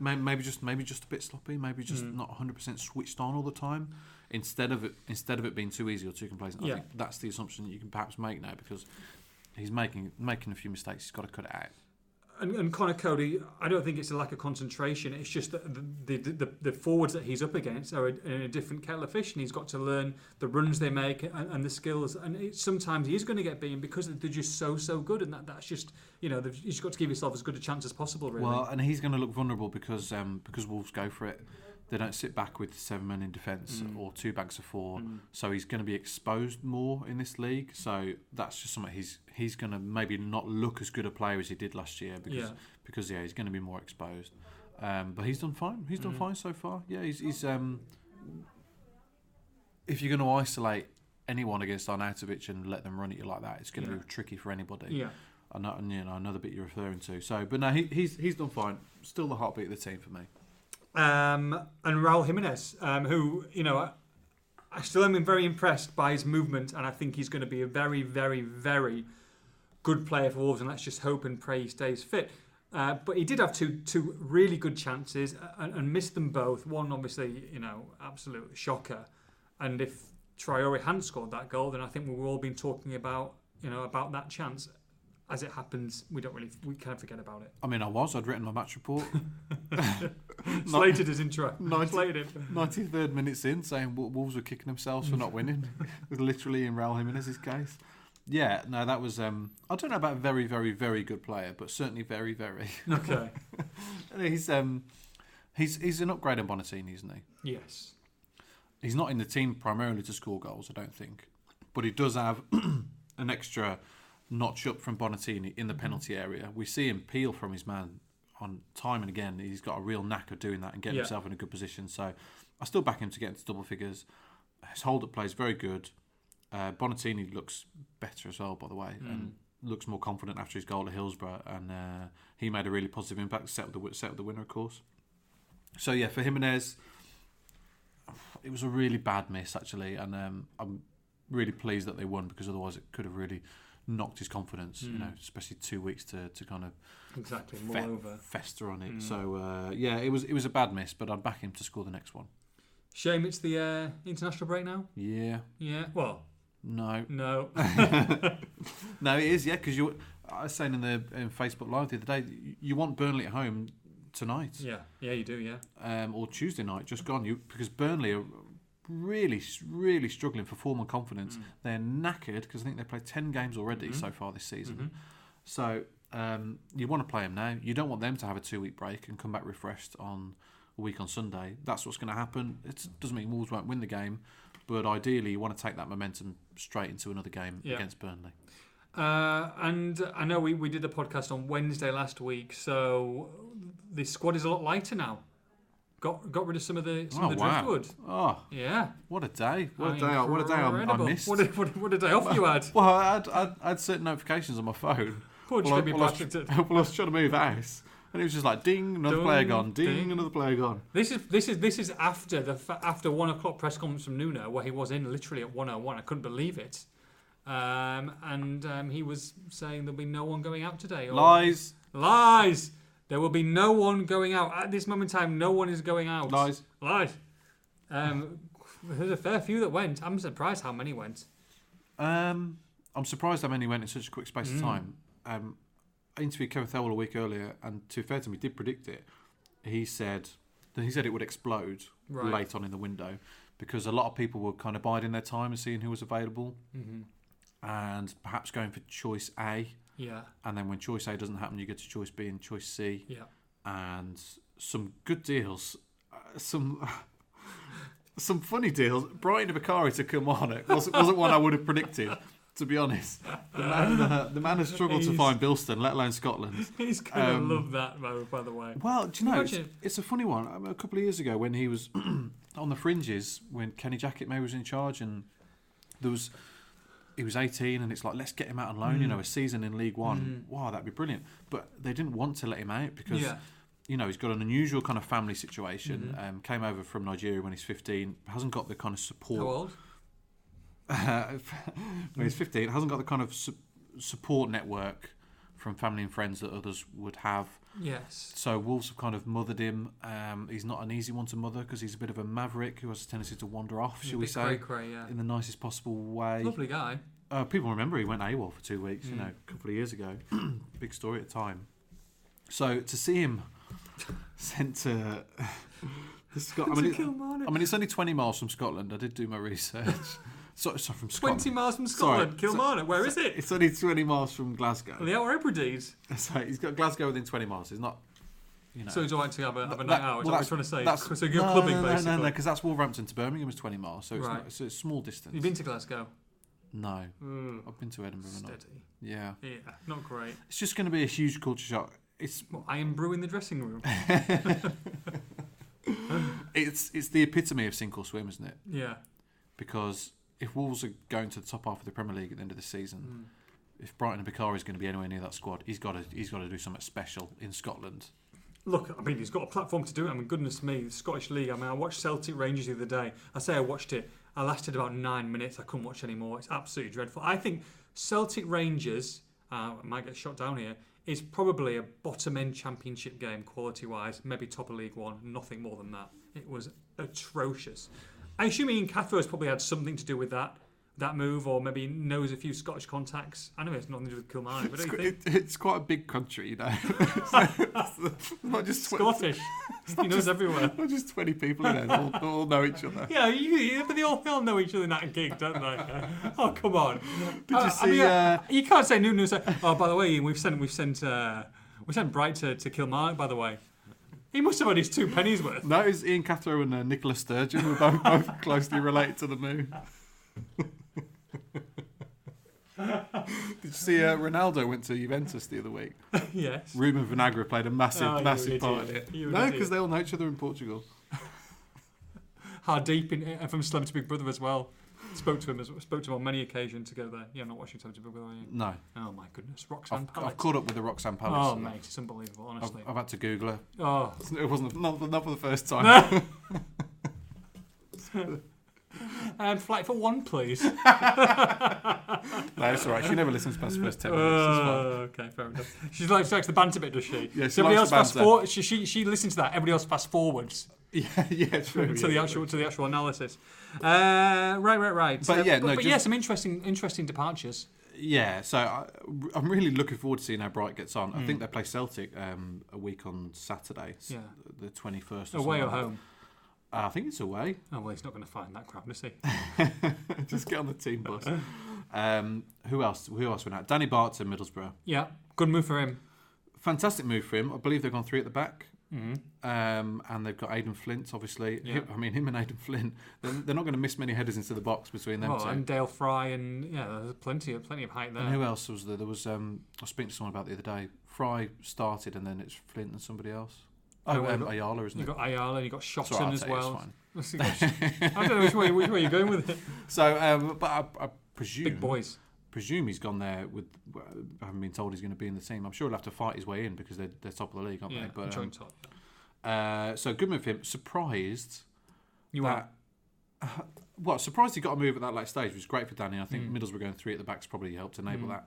S3: May- maybe just maybe just a bit sloppy. Maybe just not 100% switched on all the time. Instead of it, instead of it being too easy or too complacent,
S2: Yeah.
S3: I think that's the assumption that you can perhaps make now because he's making making a few mistakes. He's got to cut it out.
S2: and, and Connor Cody, I don't think it's a lack of concentration. It's just that the the, the, the forwards that he's up against are in a different kettle of fish, and he's got to learn the runs they make and, and the skills. And it, sometimes he is going to get beaten because they're just so so good, and that, that's just you know you've just got to give yourself as good a chance as possible. Really,
S3: Well, and he's going to look vulnerable because um, because Wolves go for it. They don't sit back with seven men in defence
S2: Mm.
S3: or two bags of four, so he's going to be exposed more in this league. So that's just something he's he's going to maybe not look as good a player as he did last year because
S2: Yeah.
S3: because yeah he's going to be more exposed. Um, but he's done fine. He's
S2: Mm.
S3: done fine so far. Yeah, he's, he's um, if you're going to isolate anyone against Arnautovic and let them run at you like that, it's going to
S2: Yeah.
S3: be tricky for anybody.
S2: yeah.
S3: And that- and, you know, another bit you're referring to. So, but no, he, he's he's done fine. Still the heartbeat of the team for me.
S2: um, and Raul Jimenez, um, who you know, I, I still am very impressed by his movement, and I think he's going to be a very, very, very good player for Wolves. And let's just hope and pray he stays fit. Uh, but he did have two two really good chances a- and, and missed them both. One, obviously, you know, absolute shocker. And if Traore hadn't scored that goal, then I think we've all been talking about you know about that chance. As it happens, we don't really we kind of forget about it.
S3: I mean, I was. I'd written my match report.
S2: Slated his intro.
S3: Ninety-
S2: Slated it.
S3: 93rd minutes in, saying Wol- Wolves were kicking themselves for not winning. It was literally in Raul Jimenez's case. Yeah, no, that was. Um, I don't know about very, very, very good player, but certainly very, very.
S2: Okay.
S3: And he's um, he's he's an upgrade on Bonatini, isn't he?
S2: Yes.
S3: He's not in the team primarily to score goals, I don't think, but he does have an extra notch up from Bonatini in the penalty area. We see him peel from his man on time and again. He's got a real knack of doing that and getting
S2: Yeah.
S3: himself in a good position. So I still back him to get into double figures. His hold up play is very good. Uh, Bonatini looks better as well, by the way, and looks more confident after his goal at Hillsborough. And uh, he made a really positive impact, settled the, wi- settled the winner, of course. So yeah, for Jimenez, it was a really bad miss actually, and um, I'm really pleased that they won because otherwise it could have really knocked his confidence. You know, especially two weeks to, to kind of
S2: Exactly.
S3: fe- fester on it. So uh, yeah, it was it was a bad miss, but I'd back him to score the next one.
S2: Shame it's the uh, international break now.
S3: Yeah,
S2: Yeah. Well,
S3: no,
S2: no.
S3: no, it is yeah because you. I was saying in the in Facebook Live the other day, you- you want Burnley at home tonight.
S2: yeah. Yeah, you do. Yeah.
S3: um, or Tuesday night, just gone. You because Burnley are really, really struggling for form and confidence.
S2: Mm.
S3: They're knackered because I think they played ten games already
S2: Mm-hmm.
S3: so far this season. So um, you want to play them now. You don't want them to have a two-week break and come back refreshed on a week on Sunday. That's what's going to happen. It doesn't mean Wolves won't win the game, but ideally you want to take that momentum straight into another game
S2: Yeah.
S3: against Burnley.
S2: Uh, and I know we, we did the podcast on Wednesday last week, so the squad is a lot lighter now. Got got rid of some of the some
S3: Oh
S2: of the
S3: wow!
S2: driftwood.
S3: Oh,
S2: Yeah.
S3: what a day! What a day! I- What a day! I, I
S2: Incredible.
S3: missed.
S2: What a, what, a, what a day off you had.
S3: well, I had, I had- I had certain notifications on my phone.
S2: Poor
S3: Well, I-
S2: Jimmy
S3: well, I was-
S2: Patrick.
S3: well, I was trying to move house, and it was just like ding, another
S2: Dun,
S3: player gone, ding,
S2: ding.
S3: another player gone.
S2: This is this is this is after the fa- after one o'clock press conference from Nuno, where he was in literally at one o one. I couldn't believe it, um, and um, he was saying there'll be no one going out today. or-
S3: Lies,
S2: lies. There will be no one going out at this moment in time. No one is going out.
S3: lies.
S2: lies. Um, there's a fair few that went. I'm surprised how many went.
S3: Um, I'm surprised how many went in such a quick space
S2: Hmm.
S3: of time. Um, I interviewed Kevin Thowell a week earlier, and to be fair to him, he did predict it. He said, he said it would explode
S2: Right.
S3: late on in the window because a lot of people were kind of biding their time and seeing who was available,
S2: Mm-hmm.
S3: and perhaps going for choice A.
S2: Yeah,
S3: And then when choice A doesn't happen, you go to choice B and choice C.
S2: yeah.
S3: and some good deals, uh, some some funny deals. Brighton Bakari to come on it wasn't, wasn't one I would have predicted, to be honest. The man, uh, the man has struggled to
S2: He's-
S3: find Bilston, let alone Scotland.
S2: He's gonna
S3: Um,
S2: love that, by, by the way.
S3: Well, do you
S2: Can
S3: know,
S2: you
S3: it's,
S2: imagine?
S3: it's a funny one. I mean, a couple of years ago, when he was on the fringes, when Kenny Jackett May was in charge, and there was he was 18, and it's like let's get him out on loan. You
S2: Mm.
S3: know, a season in League One. Wow, that'd be brilliant. But they didn't want to let him out because.
S2: Yeah. Mm-hmm.
S3: You know, he's got an unusual kind of family situation. Um, came over from Nigeria when he's 15. Hasn't got the kind of support
S2: How old?
S3: uh, when he's 15, hasn't got the kind of su- support network from family and friends that others would have.
S2: Yes.
S3: So Wolves have kind of mothered him. Um, he's not an easy one to mother because he's a bit of a maverick who has a tendency to wander off, shall we
S2: Bit
S3: say,
S2: cray cray, yeah.
S3: in the nicest possible way.
S2: Lovely Hmm. guy.
S3: Uh, people remember he went AWOL for two weeks, you know, a couple of years ago. Big story at the time. So to see him sent to. This Scot- I, mean,
S2: To
S3: it-
S2: Kilmarnock.
S3: I mean, it's only 20 miles from Scotland. I did do my research. so, so from Scotland.
S2: 20 miles from
S3: Sorry.
S2: Scotland, Kilmarnock. Where is it?
S3: It's only 20 miles from Glasgow.
S2: The Outer Hebrides.
S3: So he's got Glasgow within 20 miles. He's not. You know.
S2: So it's all right to have a, have a
S3: That-
S2: night out. Is
S3: well,
S2: what I was trying to
S3: that's-
S2: say.
S3: that's-
S2: So you're
S3: no,
S2: clubbing,
S3: no, no,
S2: basically.
S3: No, no, because that's Wolverhampton to Birmingham is 20 miles, so it's,
S2: Right.
S3: not, it's a small distance.
S2: You've been to Glasgow.
S3: no,
S2: Mm,
S3: I've been to Edinburgh. and all.
S2: steady.
S3: Yeah,
S2: Yeah, not great.
S3: it's just going to be a huge culture shock. It's
S2: Well, I am brewing the dressing room.
S3: it's it's the epitome of sink or swim, isn't it?
S2: Yeah.
S3: Because if Wolves are going to the top half of the Premier League at the end of the season,
S2: Mm.
S3: if Brighton and Bakari is going to be anywhere near that squad, he's got to he's got to do something special in Scotland.
S2: Look, I mean, he's got a platform to do it. I mean, goodness me, the Scottish League. I mean, I watched Celtic Rangers the other day. I say I watched it. I lasted about nine minutes. I couldn't watch anymore. It's absolutely dreadful. I think Celtic Rangers, uh, I might get shot down here, is probably a bottom end championship game, quality wise, maybe top of League One, nothing more than that. It was atrocious. I assume Ian Cathro's probably had something to do with that. That move, or maybe knows a few Scottish contacts. I know it's nothing to do with Kilmarnock, but
S3: It's,
S2: don't you
S3: qu-
S2: think?
S3: it- it's quite a big country, you know. It's not just tw-
S2: Scottish. he knows everywhere.
S3: not just twenty people in there. They all, they all know each other.
S2: Yeah, you, you, but they all, they all know each other in that gig, don't they? oh, come on.
S3: Did
S2: Uh,
S3: you
S2: I
S3: see?
S2: mean,
S3: uh,
S2: uh, you can't say no, no. Say, oh, by the way, Ian, we've sent, we've sent, uh, we sent Bright to, to Kilmarnock, by the way. He must have had his two pennies worth.
S3: No, it's Ian Cathro and uh, Nicola Sturgeon were both, both closely related to the moon. Did you see uh, Ronaldo went to Juventus the other week?
S2: yes.
S3: Ruben Vinagre played a massive,
S2: Oh, you
S3: massive
S2: idiot.
S3: part in it.
S2: You
S3: No,
S2: idiot.
S3: because they all know each other in Portugal.
S2: How deep in, uh, from Celebrity Big Brother as well. Spoke to him, as, spoke to him on many occasions to go there. Yeah, I'm not watching Celebrity Big Brother. Are you?
S3: No,
S2: Oh my goodness, Roxanne
S3: I've,
S2: Palace.
S3: I've caught up with the Roxanne Palace.
S2: Oh mate, it's unbelievable,
S3: I've,
S2: honestly.
S3: I've had to Google her.
S2: oh,
S3: It wasn't not, not for the first time.
S2: um, flight for one, please.
S3: No, it's all right. She never listens past the first ten minutes. It's fine.
S2: Uh, okay, fair enough. She likes, she likes the banter bit, does she?
S3: Yeah,
S2: Does
S3: she
S2: everybody
S3: likes
S2: else
S3: the
S2: fast
S3: banter.
S2: forward. She, she she listens to that. Everybody else fast forwards
S3: Yeah, yeah, true.
S2: to
S3: yeah,
S2: the
S3: true.
S2: actual to the actual analysis. Uh, right, right, right.
S3: But
S2: Uh,
S3: yeah,
S2: but,
S3: no,
S2: but
S3: just-
S2: yeah, some interesting interesting departures.
S3: Yeah, so I, I'm really looking forward to seeing how Bright gets on. I think they play Celtic um, a week on Saturday, s-
S2: Hmm. Yeah.
S3: the 21st. Or something
S2: Away or
S3: like that.
S2: home?
S3: Uh, I think it's away.
S2: Oh well, he's not going to find that crap, is he?
S3: Just get on the team bus. Um, who else? Who else went out? Danny Bart's in Middlesbrough.
S2: yeah, good move for him.
S3: Fantastic move for him. I believe they've gone three at the back.
S2: Mm-hmm.
S3: Um, and they've got Aidan Flint, obviously.
S2: Yeah.
S3: Hi- I mean, him and Aidan Flint, they're, they're not going to miss many headers into the box between them
S2: Well,
S3: two.
S2: and Dale Fry and yeah, there's plenty of plenty of height
S3: And
S2: there.
S3: who else was there? There was um, I was speaking to someone about the other day. Fry started, and then it's Flint and somebody else.
S2: Oh,
S3: Oh,
S2: well,
S3: um,
S2: look-
S3: Ayala, isn't
S2: You
S3: it?
S2: got Ayala and you got
S3: It's all right,
S2: Shotton
S3: I'll
S2: as
S3: take it, it's
S2: well.
S3: fine.
S2: I don't know which way which way you're going with it.
S3: So, um, but I, I presume
S2: Big boys.
S3: presume he's gone there with. well, I haven't been told he's going to be in the team. I'm sure he'll have to fight his way in because they're, they're top of the league, aren't
S2: Yeah,
S3: they? But um,
S2: joint top.
S3: uh, so good move for him. Surprised
S2: You are.
S3: that. Well, surprised he got a move at that late stage, which was great for Danny. I think
S2: Mm.
S3: Middlesbrough going three at the back's probably helped enable
S2: Mm.
S3: that.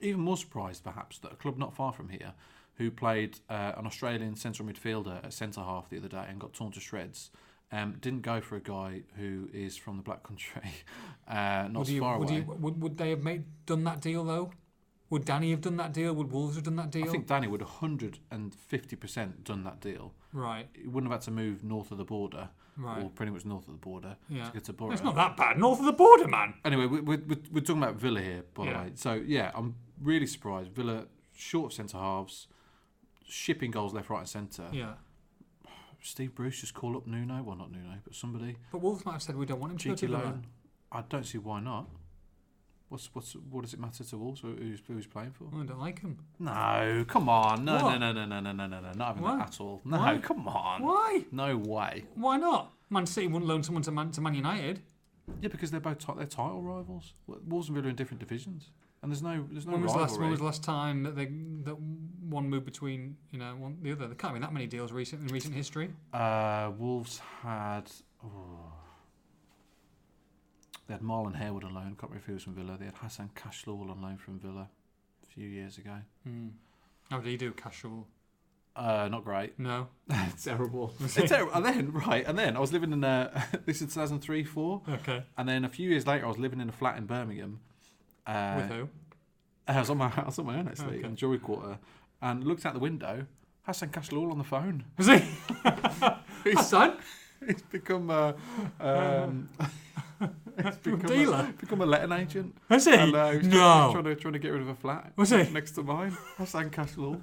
S3: Even more surprised, perhaps, that a club not far from here, who played uh, an Australian central midfielder at centre half the other day and got torn to shreds, um, didn't go for a guy who is from the Black Country, uh, not
S2: would
S3: so
S2: you,
S3: far
S2: would,
S3: away.
S2: you- would, would they have made done that deal though? Would Danny have done that deal? Would Wolves have done that deal?
S3: I think Danny would 150% done that deal.
S2: right,
S3: He wouldn't have had to move north of the border,
S2: right.
S3: or pretty much north of the border,
S2: Yeah.
S3: to get to Borough.
S2: It's not that bad. North of the border, man.
S3: Anyway, we- we- we- we're talking about Villa here, by
S2: Yeah.
S3: the way. So yeah, I'm really surprised. Villa short of centre halves, shipping goals left, right, and centre.
S2: Yeah.
S3: Steve Bruce just call up Nuno. Well, not Nuno, but somebody
S2: But Wolves might have said we don't want him to go
S3: cheeky
S2: to Villa.
S3: loan. I don't see why not. What's what's what does it matter to Wolves who- who's who's playing for?
S2: Oh, I don't like him.
S3: No, come on, no,
S2: What?
S3: no, no, no, no, no, no, no, no, not having
S2: Why?
S3: that at all. No,
S2: Why?
S3: come on,
S2: Why?
S3: no way.
S2: Why not? Man City wouldn't loan someone to Man, to Man United.
S3: Yeah, because they're both ti- they're title rivals. Wolves and Villa are in different divisions, and there's no there's no
S2: when was the
S3: rivalry.
S2: last when was the last time that they that one moved between you know one the other? There can't be that many deals recent in recent history.
S3: Uh, Wolves had. Oh, they had Marlon Harewood on loan. Can't remember if he was from Villa. They had Hassan Kashlaw on loan from Villa a few years ago.
S2: Hmm. How did he do, Casual?
S3: Uh, not great.
S2: No.
S3: terrible. And then right, and then I was living in a. this is 2003, four,
S2: Okay.
S3: and then a few years later, I was living in a flat in Birmingham. Uh,
S2: With who?
S3: I was on my I was on my own actually
S2: Okay.
S3: in Jury Quarter, and looked out the window. Hassan Castle on the phone.
S2: Was he? Hassan?
S3: He's become a um, he's become
S2: dealer?
S3: A, become a letting agent.
S2: Has he?
S3: And, uh, he's
S2: No.
S3: Trying to, trying to get rid of a flat.
S2: Was he?
S3: next to mine? Hassan Castle.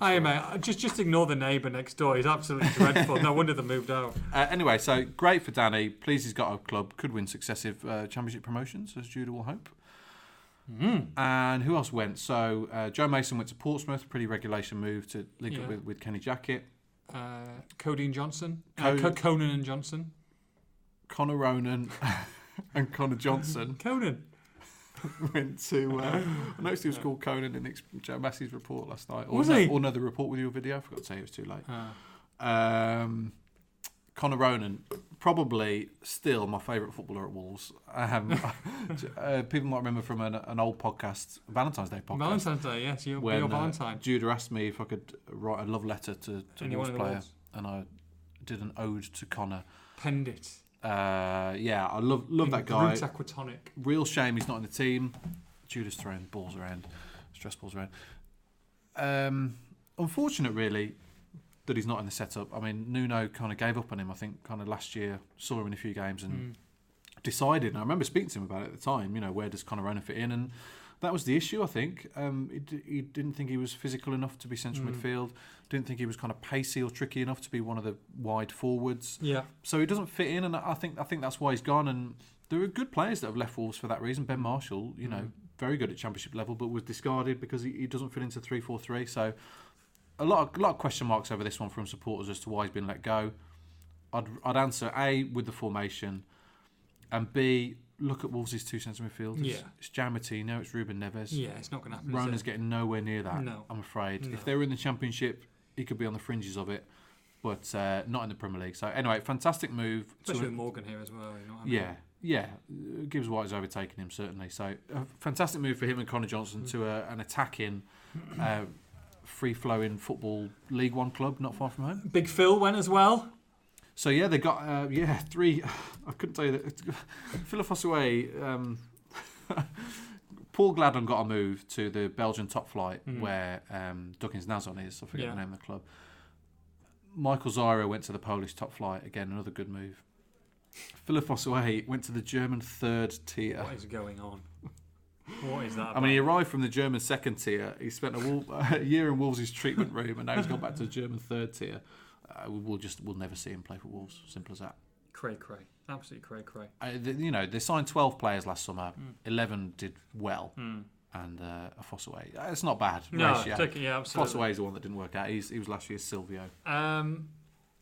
S2: Hey mate, just just ignore the neighbour next door. He's absolutely dreadful. No wonder they moved out.
S3: Uh, anyway, so great for Danny. Pleased he's got a club. Could win successive uh, championship promotions, as Judah will hope.
S2: Hmm.
S3: And who else went? So uh, Joe Mason went to Portsmouth. Pretty regulation move to link
S2: Yeah.
S3: up with, with Kenny Jackett.
S2: Uh, Cody and Johnson, uh,
S3: Cody-
S2: Co- Conan and Johnson,
S3: Connor Ronan and Connor Johnson
S2: Conan.
S3: went to. Uh, I noticed he was called Conan in the, ex- Joe Massey's report last night. Or
S2: Was
S3: no,
S2: he?
S3: Or no, the report with your video. I forgot to say it was too late.
S2: Ah.
S3: Um, Connor Ronan, probably still my favourite footballer at Wolves. Um, uh, people might remember from an, an old podcast, Valentine's Day podcast,
S2: Valentine's Day, yes, your, your
S3: uh,
S2: Valentine.
S3: Judah asked me if I could write a love letter to, to
S2: Anyone
S3: Wolves
S2: in the
S3: player,
S2: Wolves?
S3: and I did an ode to Connor.
S2: Penned it.
S3: Uh, yeah, I love love
S2: in
S3: that guy.
S2: Brut Aquatonic.
S3: Real shame he's not in the team. Judah's throwing balls around, stress balls around. Um, unfortunate, really, that he's not in the setup. I mean, Nuno kind of gave up on him. I think kind of last year saw him in a few games and decided. And I remember speaking to him about it at the time. You know, where does Conor Ronan fit in? And that was the issue. I think um, he, d- he didn't think he was physical enough to be central midfield. Didn't think he was kind of pacey or tricky enough to be one of the wide forwards
S2: Yeah.
S3: so he doesn't fit in, and I think I think that's why he's gone. And there are good players that have left Wolves for that reason. Ben Marshall, you know, very good at Championship level, but was discarded because he, he doesn't fit into three four three. So a lot of, lot of question marks over this one from supporters as to why he's been let go. I'd I'd answer a with the formation, and b look at Wolves' two centre midfielders.
S2: Yeah.
S3: It's Jan Martino, it's Ruben Neves.
S2: Yeah, it's not going to happen. is
S3: Ronan's
S2: it?
S3: getting nowhere near that.
S2: No.
S3: I'm afraid.
S2: No.
S3: If they were in the Championship, he could be on the fringes of it, but uh, not in the Premier League. So anyway, fantastic move. to-
S2: Especially with Morgan here as well. You know what I mean?
S3: yeah, yeah. Uh, Gibbs White has overtaken him certainly. So a fantastic move for him and Connor Johnson to a, an attacking, uh, free flowing football League One club not far from home.
S2: Big Phil went as well.
S3: So yeah, they got uh, yeah three. I couldn't tell you that. Philip um Paul Gladon got a move to the Belgian top flight where um, Duckins Nazon is. I forget
S2: Hmm. Yeah.
S3: the name of the club. Michael Zyra went to the Polish top flight again. Another good move. Philip Ossaway went to the German third tier.
S2: What is going on? What is that?
S3: I mean, he arrived from the German second tier. He spent a, Wol- a year in Wolves' treatment room, and now he's gone back to the German third tier. Uh, we'll just we'll never see him play for Wolves. Simple as that.
S2: cray cray. Absolutely cray cray.
S3: I, th you know, they signed 12 players last summer.
S2: Hmm.
S3: 11 did well. And uh, a Fossaway. It's not bad.
S2: No,
S3: ratio.
S2: take it- yeah, absolutely.
S3: Fossaway's the one that didn't work out. He's, he was last year's Silvio.
S2: Um,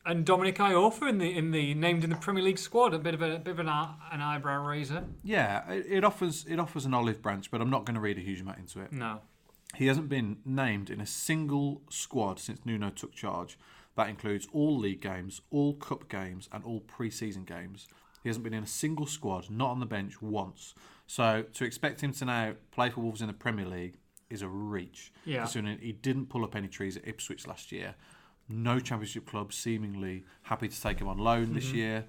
S2: and Dominic Iorfa in the in the named in the Premier League squad. A bit of a bit of an, eye- an eyebrow raiser.
S3: Yeah, it, it offers it offers an olive branch, but I'm not going to read a huge amount into it.
S2: No.
S3: He hasn't been named in a single squad since Nuno took charge. That includes all league games, all cup games, and all pre-season games. He hasn't been in a single squad, not on the bench once. So to expect him to now play for Wolves in the Premier League is a reach.
S2: Yeah.
S3: Considering he didn't pull up any trees at Ipswich last year. No Championship club seemingly happy to take him on loan this year.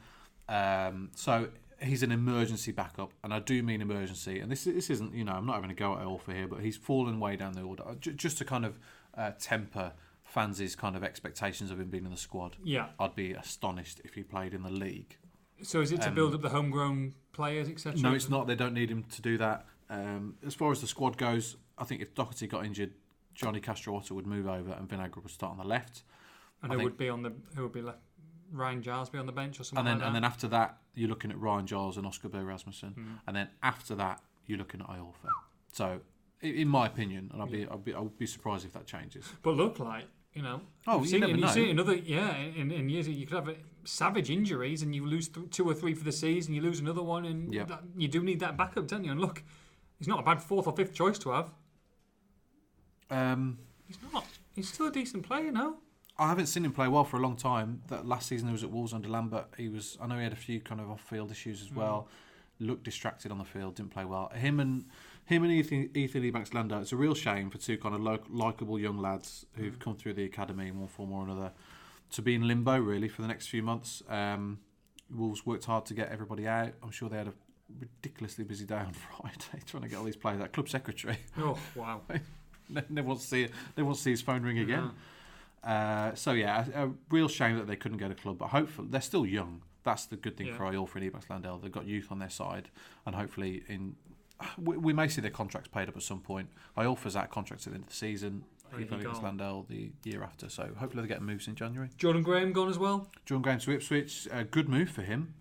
S3: Um, so he's an emergency backup, and I do mean emergency. And this this isn't you know I'm not having a go at all for here, but he's fallen way down the order Ju- just to kind of uh, temper fans' kind of expectations of him being in the squad.
S2: Yeah.
S3: I'd be astonished if he played in the league.
S2: So is it to build up the homegrown players, etc.?
S3: Um, No, it's not. They don't need him to do that. Um, as far as the squad goes, I think if Doherty got injured, Johnny Castro Otto would move over and Vinagre would start on the left.
S2: And
S3: I
S2: who
S3: think-
S2: would be on the who would be left? Ryan Giles be on the bench or something
S3: and then
S2: like
S3: and
S2: that.
S3: then after that you're looking at Ryan Giles and Oscar Bo Rasmussen, and then after that you're looking at Iorfa. So, i- in my opinion, and I'd be I'd be I'd be surprised if that changes.
S2: but look like you know.
S3: Oh,
S2: you've
S3: you
S2: seen
S3: never
S2: it,
S3: know.
S2: You've seen it in other yeah in, in years you could have uh savage injuries and you lose th- two or three for the season, you lose another one, and
S3: Yeah.
S2: that, you do need that backup, don't you? And look, he's not a bad fourth or fifth choice to have.
S3: Um,
S2: He's not. He's still a decent player, no?
S3: I haven't seen him play well for a long time. That last season he was at Wolves under Lambert, he was I know he had a few kind of off-field issues as well. Looked distracted on the field, didn't play well. Him and him and Ethan, Ethan Ebanks Lando. It's a real shame for two kind of lo- likable young lads who've come through the academy in one form or another to be in limbo really for the next few months. Um, Wolves worked hard to get everybody out. I'm sure they had a ridiculously busy day on Friday trying to get all these players out. Club secretary
S2: Oh wow.
S3: Never wants to see it. Never wants to see his phone ring again. Uh, so yeah, a, a real shame that they couldn't get a club. But hopefully, they're still young. That's the good thing
S2: Yeah.
S3: for Iorfa and Ebax Landell. They've got youth on their side, and hopefully, in we, we may see their contracts paid up at some point. Iorfa's out of contracts at the end of the season.
S2: There you
S3: Ebax
S2: go.
S3: Landell the year after. So hopefully, they get moves in January.
S2: Jordan Graham gone as well.
S3: John Graham to Ipswich, a good move for him.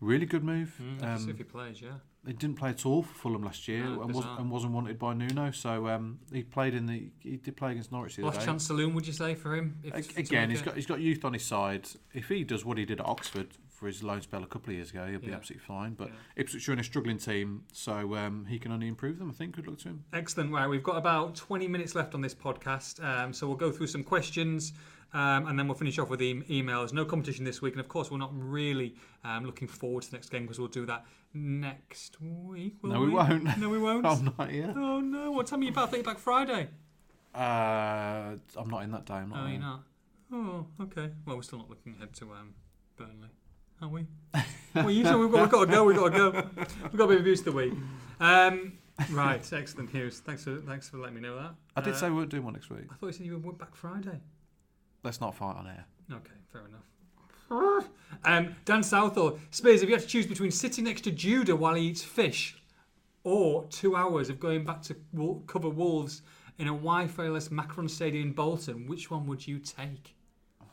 S3: Really good move.
S2: See if
S3: um,
S2: he plays, yeah.
S3: he didn't play at all for Fulham last year,
S2: Mm, No,
S3: and, was,
S2: bizarre.
S3: and wasn't wanted by Nuno. So um, he played in the he did play against Norwich the other
S2: Last
S3: day.
S2: chance saloon, would you say for him? If
S3: A-
S2: to
S3: Again,
S2: make
S3: he's
S2: a-
S3: got he's got youth on his side. If he does what he did at Oxford for his loan spell a couple of years ago, he'll be
S2: Yeah.
S3: absolutely fine. But
S2: Yeah.
S3: Ipswich are in a struggling team, so um, he can only improve them. I think. Good luck to him.
S2: Excellent. Right, we've got about 20 minutes left on this podcast, um, so we'll go through some questions um, and then we'll finish off with e- emails. No competition this week, and of course, we're not really um, looking forward to the next game because we'll do that next week. will
S3: No, we won't.
S2: No, we won't.
S3: I'm not here.
S2: Oh no! What time are you back? I think you're back Friday.
S3: Uh, I'm not in that day. I'm not
S2: Oh, you're
S3: in.
S2: not. Oh, okay. Well, we're still not looking ahead to um, Burnley, are we? well, you said we've got, we've got to go. We've got to go. We've got to be reviews the week. Um, right. Excellent, Hughes. Thanks for thanks for letting me know that.
S3: I did
S2: Uh,
S3: say we weren't doing one next week.
S2: I thought you said you were back Friday.
S3: Let's not fight on air.
S2: Okay, fair enough. Um, Dan Southall, Spears, if you had to choose between sitting next to Judah while he eats fish or two hours of going back to wo- cover Wolves in a Wi Fi less Macron Stadium in Bolton, which one would you take? I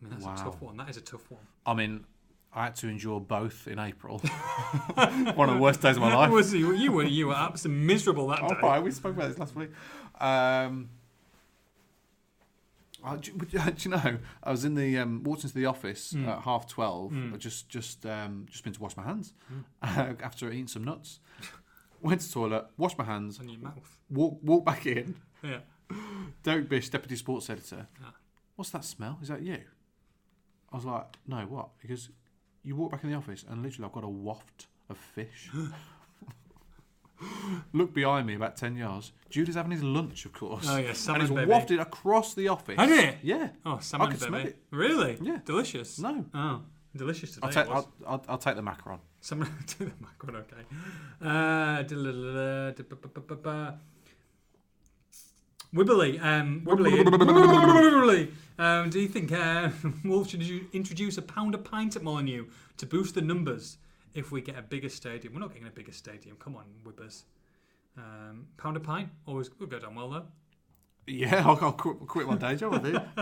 S2: mean, that's
S3: Wow.
S2: a tough one. That is a tough one.
S3: I mean, I had to endure both in April. One of the worst days of my life.
S2: Was you, you were you were absolutely miserable that
S3: Oh,
S2: day.
S3: right, we spoke about this last week. Um, I, do, you- do you know? I was in the um, walked into the office at half twelve. I just just um, just been to wash my hands after eating some nuts. Went to the toilet, washed my hands,
S2: On your mouth.
S3: walk walk back in.
S2: Yeah.
S3: Derek Bish, deputy sports editor.
S2: Ah.
S3: What's that smell? Is that you? I was like, no, what? Because you walk back in the office and literally I've got a waft of fish. Look behind me about ten yards. Jude is having his lunch, of course.
S2: Oh, yeah, salmon,
S3: and it's
S2: baby.
S3: wafted across the office.
S2: Has it?
S3: Yeah.
S2: Oh, salmon
S3: could
S2: baby.
S3: smell it.
S2: Really?
S3: Yeah.
S2: Delicious.
S3: No.
S2: Oh, delicious today.
S3: I'll
S2: it
S3: take.
S2: was.
S3: I'll, I'll, I'll take the macaron.
S2: Someone do the microphone, okay. Uh, da-la-la-la, da-ba-ba-ba-ba. Wibbly, um, Wibbly, Wibbly. Um, do you think uh, Wolves should ju- introduce a pound a pint at Molyneux to boost the numbers if we get a bigger stadium? We're not getting a bigger stadium. Come on, Wibbers. Um, pound a pint always will go down well though.
S3: Yeah, I'll, I'll quit, quit my day job. I think.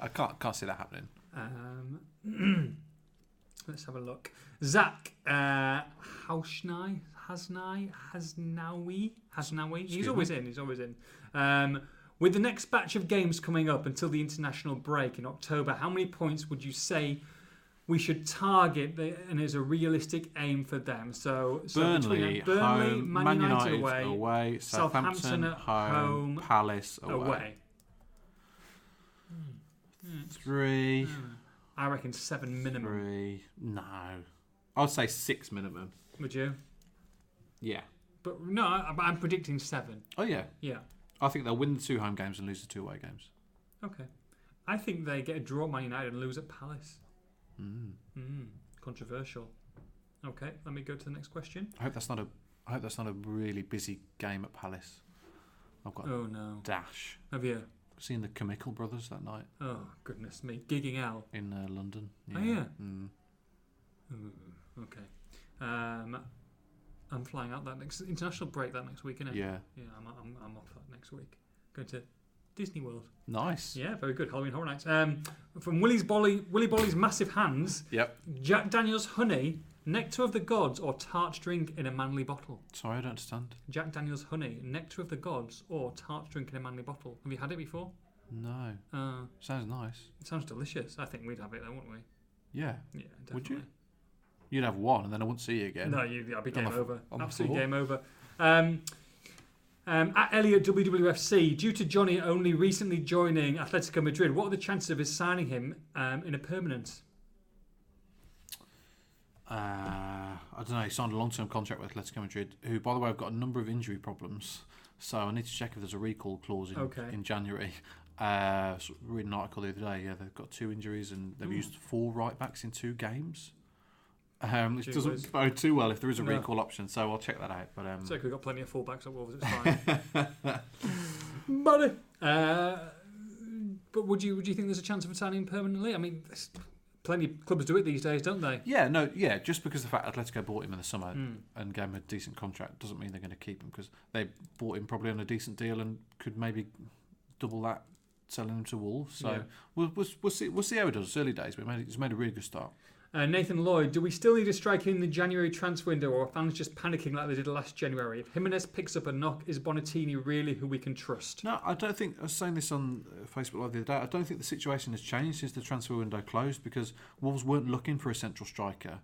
S3: I can't can't see that happening.
S2: Um, let's have a look. Zach uh, Hausnai, Hasnai, Hasnawi, Hasnawi. He's always in. He's always in. Um, with the next batch of games coming up until the international break in October, how many points would you say we should target the, and is a realistic aim for them? So, so between,
S3: Burnley,
S2: uh, Burnley,
S3: home,
S2: Man, United, away,
S3: Southampton,
S2: Southampton at
S3: home,
S2: home,
S3: Palace away.
S2: away.
S3: Three,
S2: I reckon seven minimum.
S3: three. No, I'd say six minimum.
S2: Would you?
S3: Yeah.
S2: But no, I, I'm predicting seven.
S3: Oh yeah.
S2: Yeah.
S3: I think they'll win the two home games and lose the two away games.
S2: Okay. I think they get a draw at Man United and lose at Palace. Mm. Controversial. Okay, let me go to the next question.
S3: I hope that's not a. I hope that's not a really busy game at Palace. I've got
S2: Oh no.
S3: dash.
S2: Have you?
S3: Seeing the Chemical Brothers that night
S2: Oh goodness me. Gigging out.
S3: in uh, London.
S2: Oh yeah.
S3: Mm.
S2: Ooh, okay. Um I'm flying out that next international break that next week, innit?
S3: Yeah.
S2: Yeah, I'm, I'm, I'm off that next week. Going to Disney World.
S3: Nice.
S2: Yeah, very good. Halloween Horror Nights. Um, from Willie's Bolly, Willie Bolly's massive hands,
S3: Yep.
S2: Jack Daniel's honey, nectar of the gods, or tart drink in a manly bottle.
S3: Sorry, I don't understand.
S2: Jack Daniel's honey, nectar of the gods, or tart drink in a manly bottle. Have you had it before?
S3: No.
S2: Uh,
S3: Sounds nice.
S2: it sounds delicious. I think we'd have it though, wouldn't we?
S3: Yeah.
S2: Yeah, definitely.
S3: Would you? You'd have one, and then I wouldn't see you again.
S2: No, you, I'd be game
S3: On the f-
S2: over.
S3: on the
S2: Absolute
S3: floor.
S2: game over. Um, um, at Elliot WWFC, due to Johnny only recently joining Atletico Madrid, what are the chances of us signing him um, in a permanent?
S3: Uh, I don't know. He signed a long-term contract with Atletico Madrid, who, by the way, have got a number of injury problems. So I need to check if there's a recall clause in,
S2: Okay.
S3: in January. Uh, s- read an article the other day. Yeah, they've got two injuries and they've used four right backs in two games. um, which
S2: Hmm. Gee whiz.
S3: doesn't bode too well if there is a
S2: No.
S3: recall option. So I'll check that out. But um,
S2: It's okay, we've got plenty of fullbacks at Wolves, it's fine. Money. Uh, but would you would you think there's a chance of returning permanently? I mean, there's plenty of clubs do it these days, don't they?
S3: yeah, no, yeah, just because the fact Atletico bought him in the summer and gave him a decent contract doesn't mean they're going to keep him because they bought him probably on a decent deal and could maybe double that selling him to Wolves. So
S2: Yeah.
S3: we'll, we'll we'll see we'll see how it does. It's early days, but it made, it's made a really good start.
S2: Uh, Nathan Lloyd, do we still need a striker in the January transfer window, or are fans just panicking like they did last January? If Jimenez picks up a knock, is Bonatini really who we can trust?
S3: No, I don't think I was saying this on uh, Facebook Live the other day. I don't think the situation has changed since the transfer window closed because Wolves weren't looking for a central striker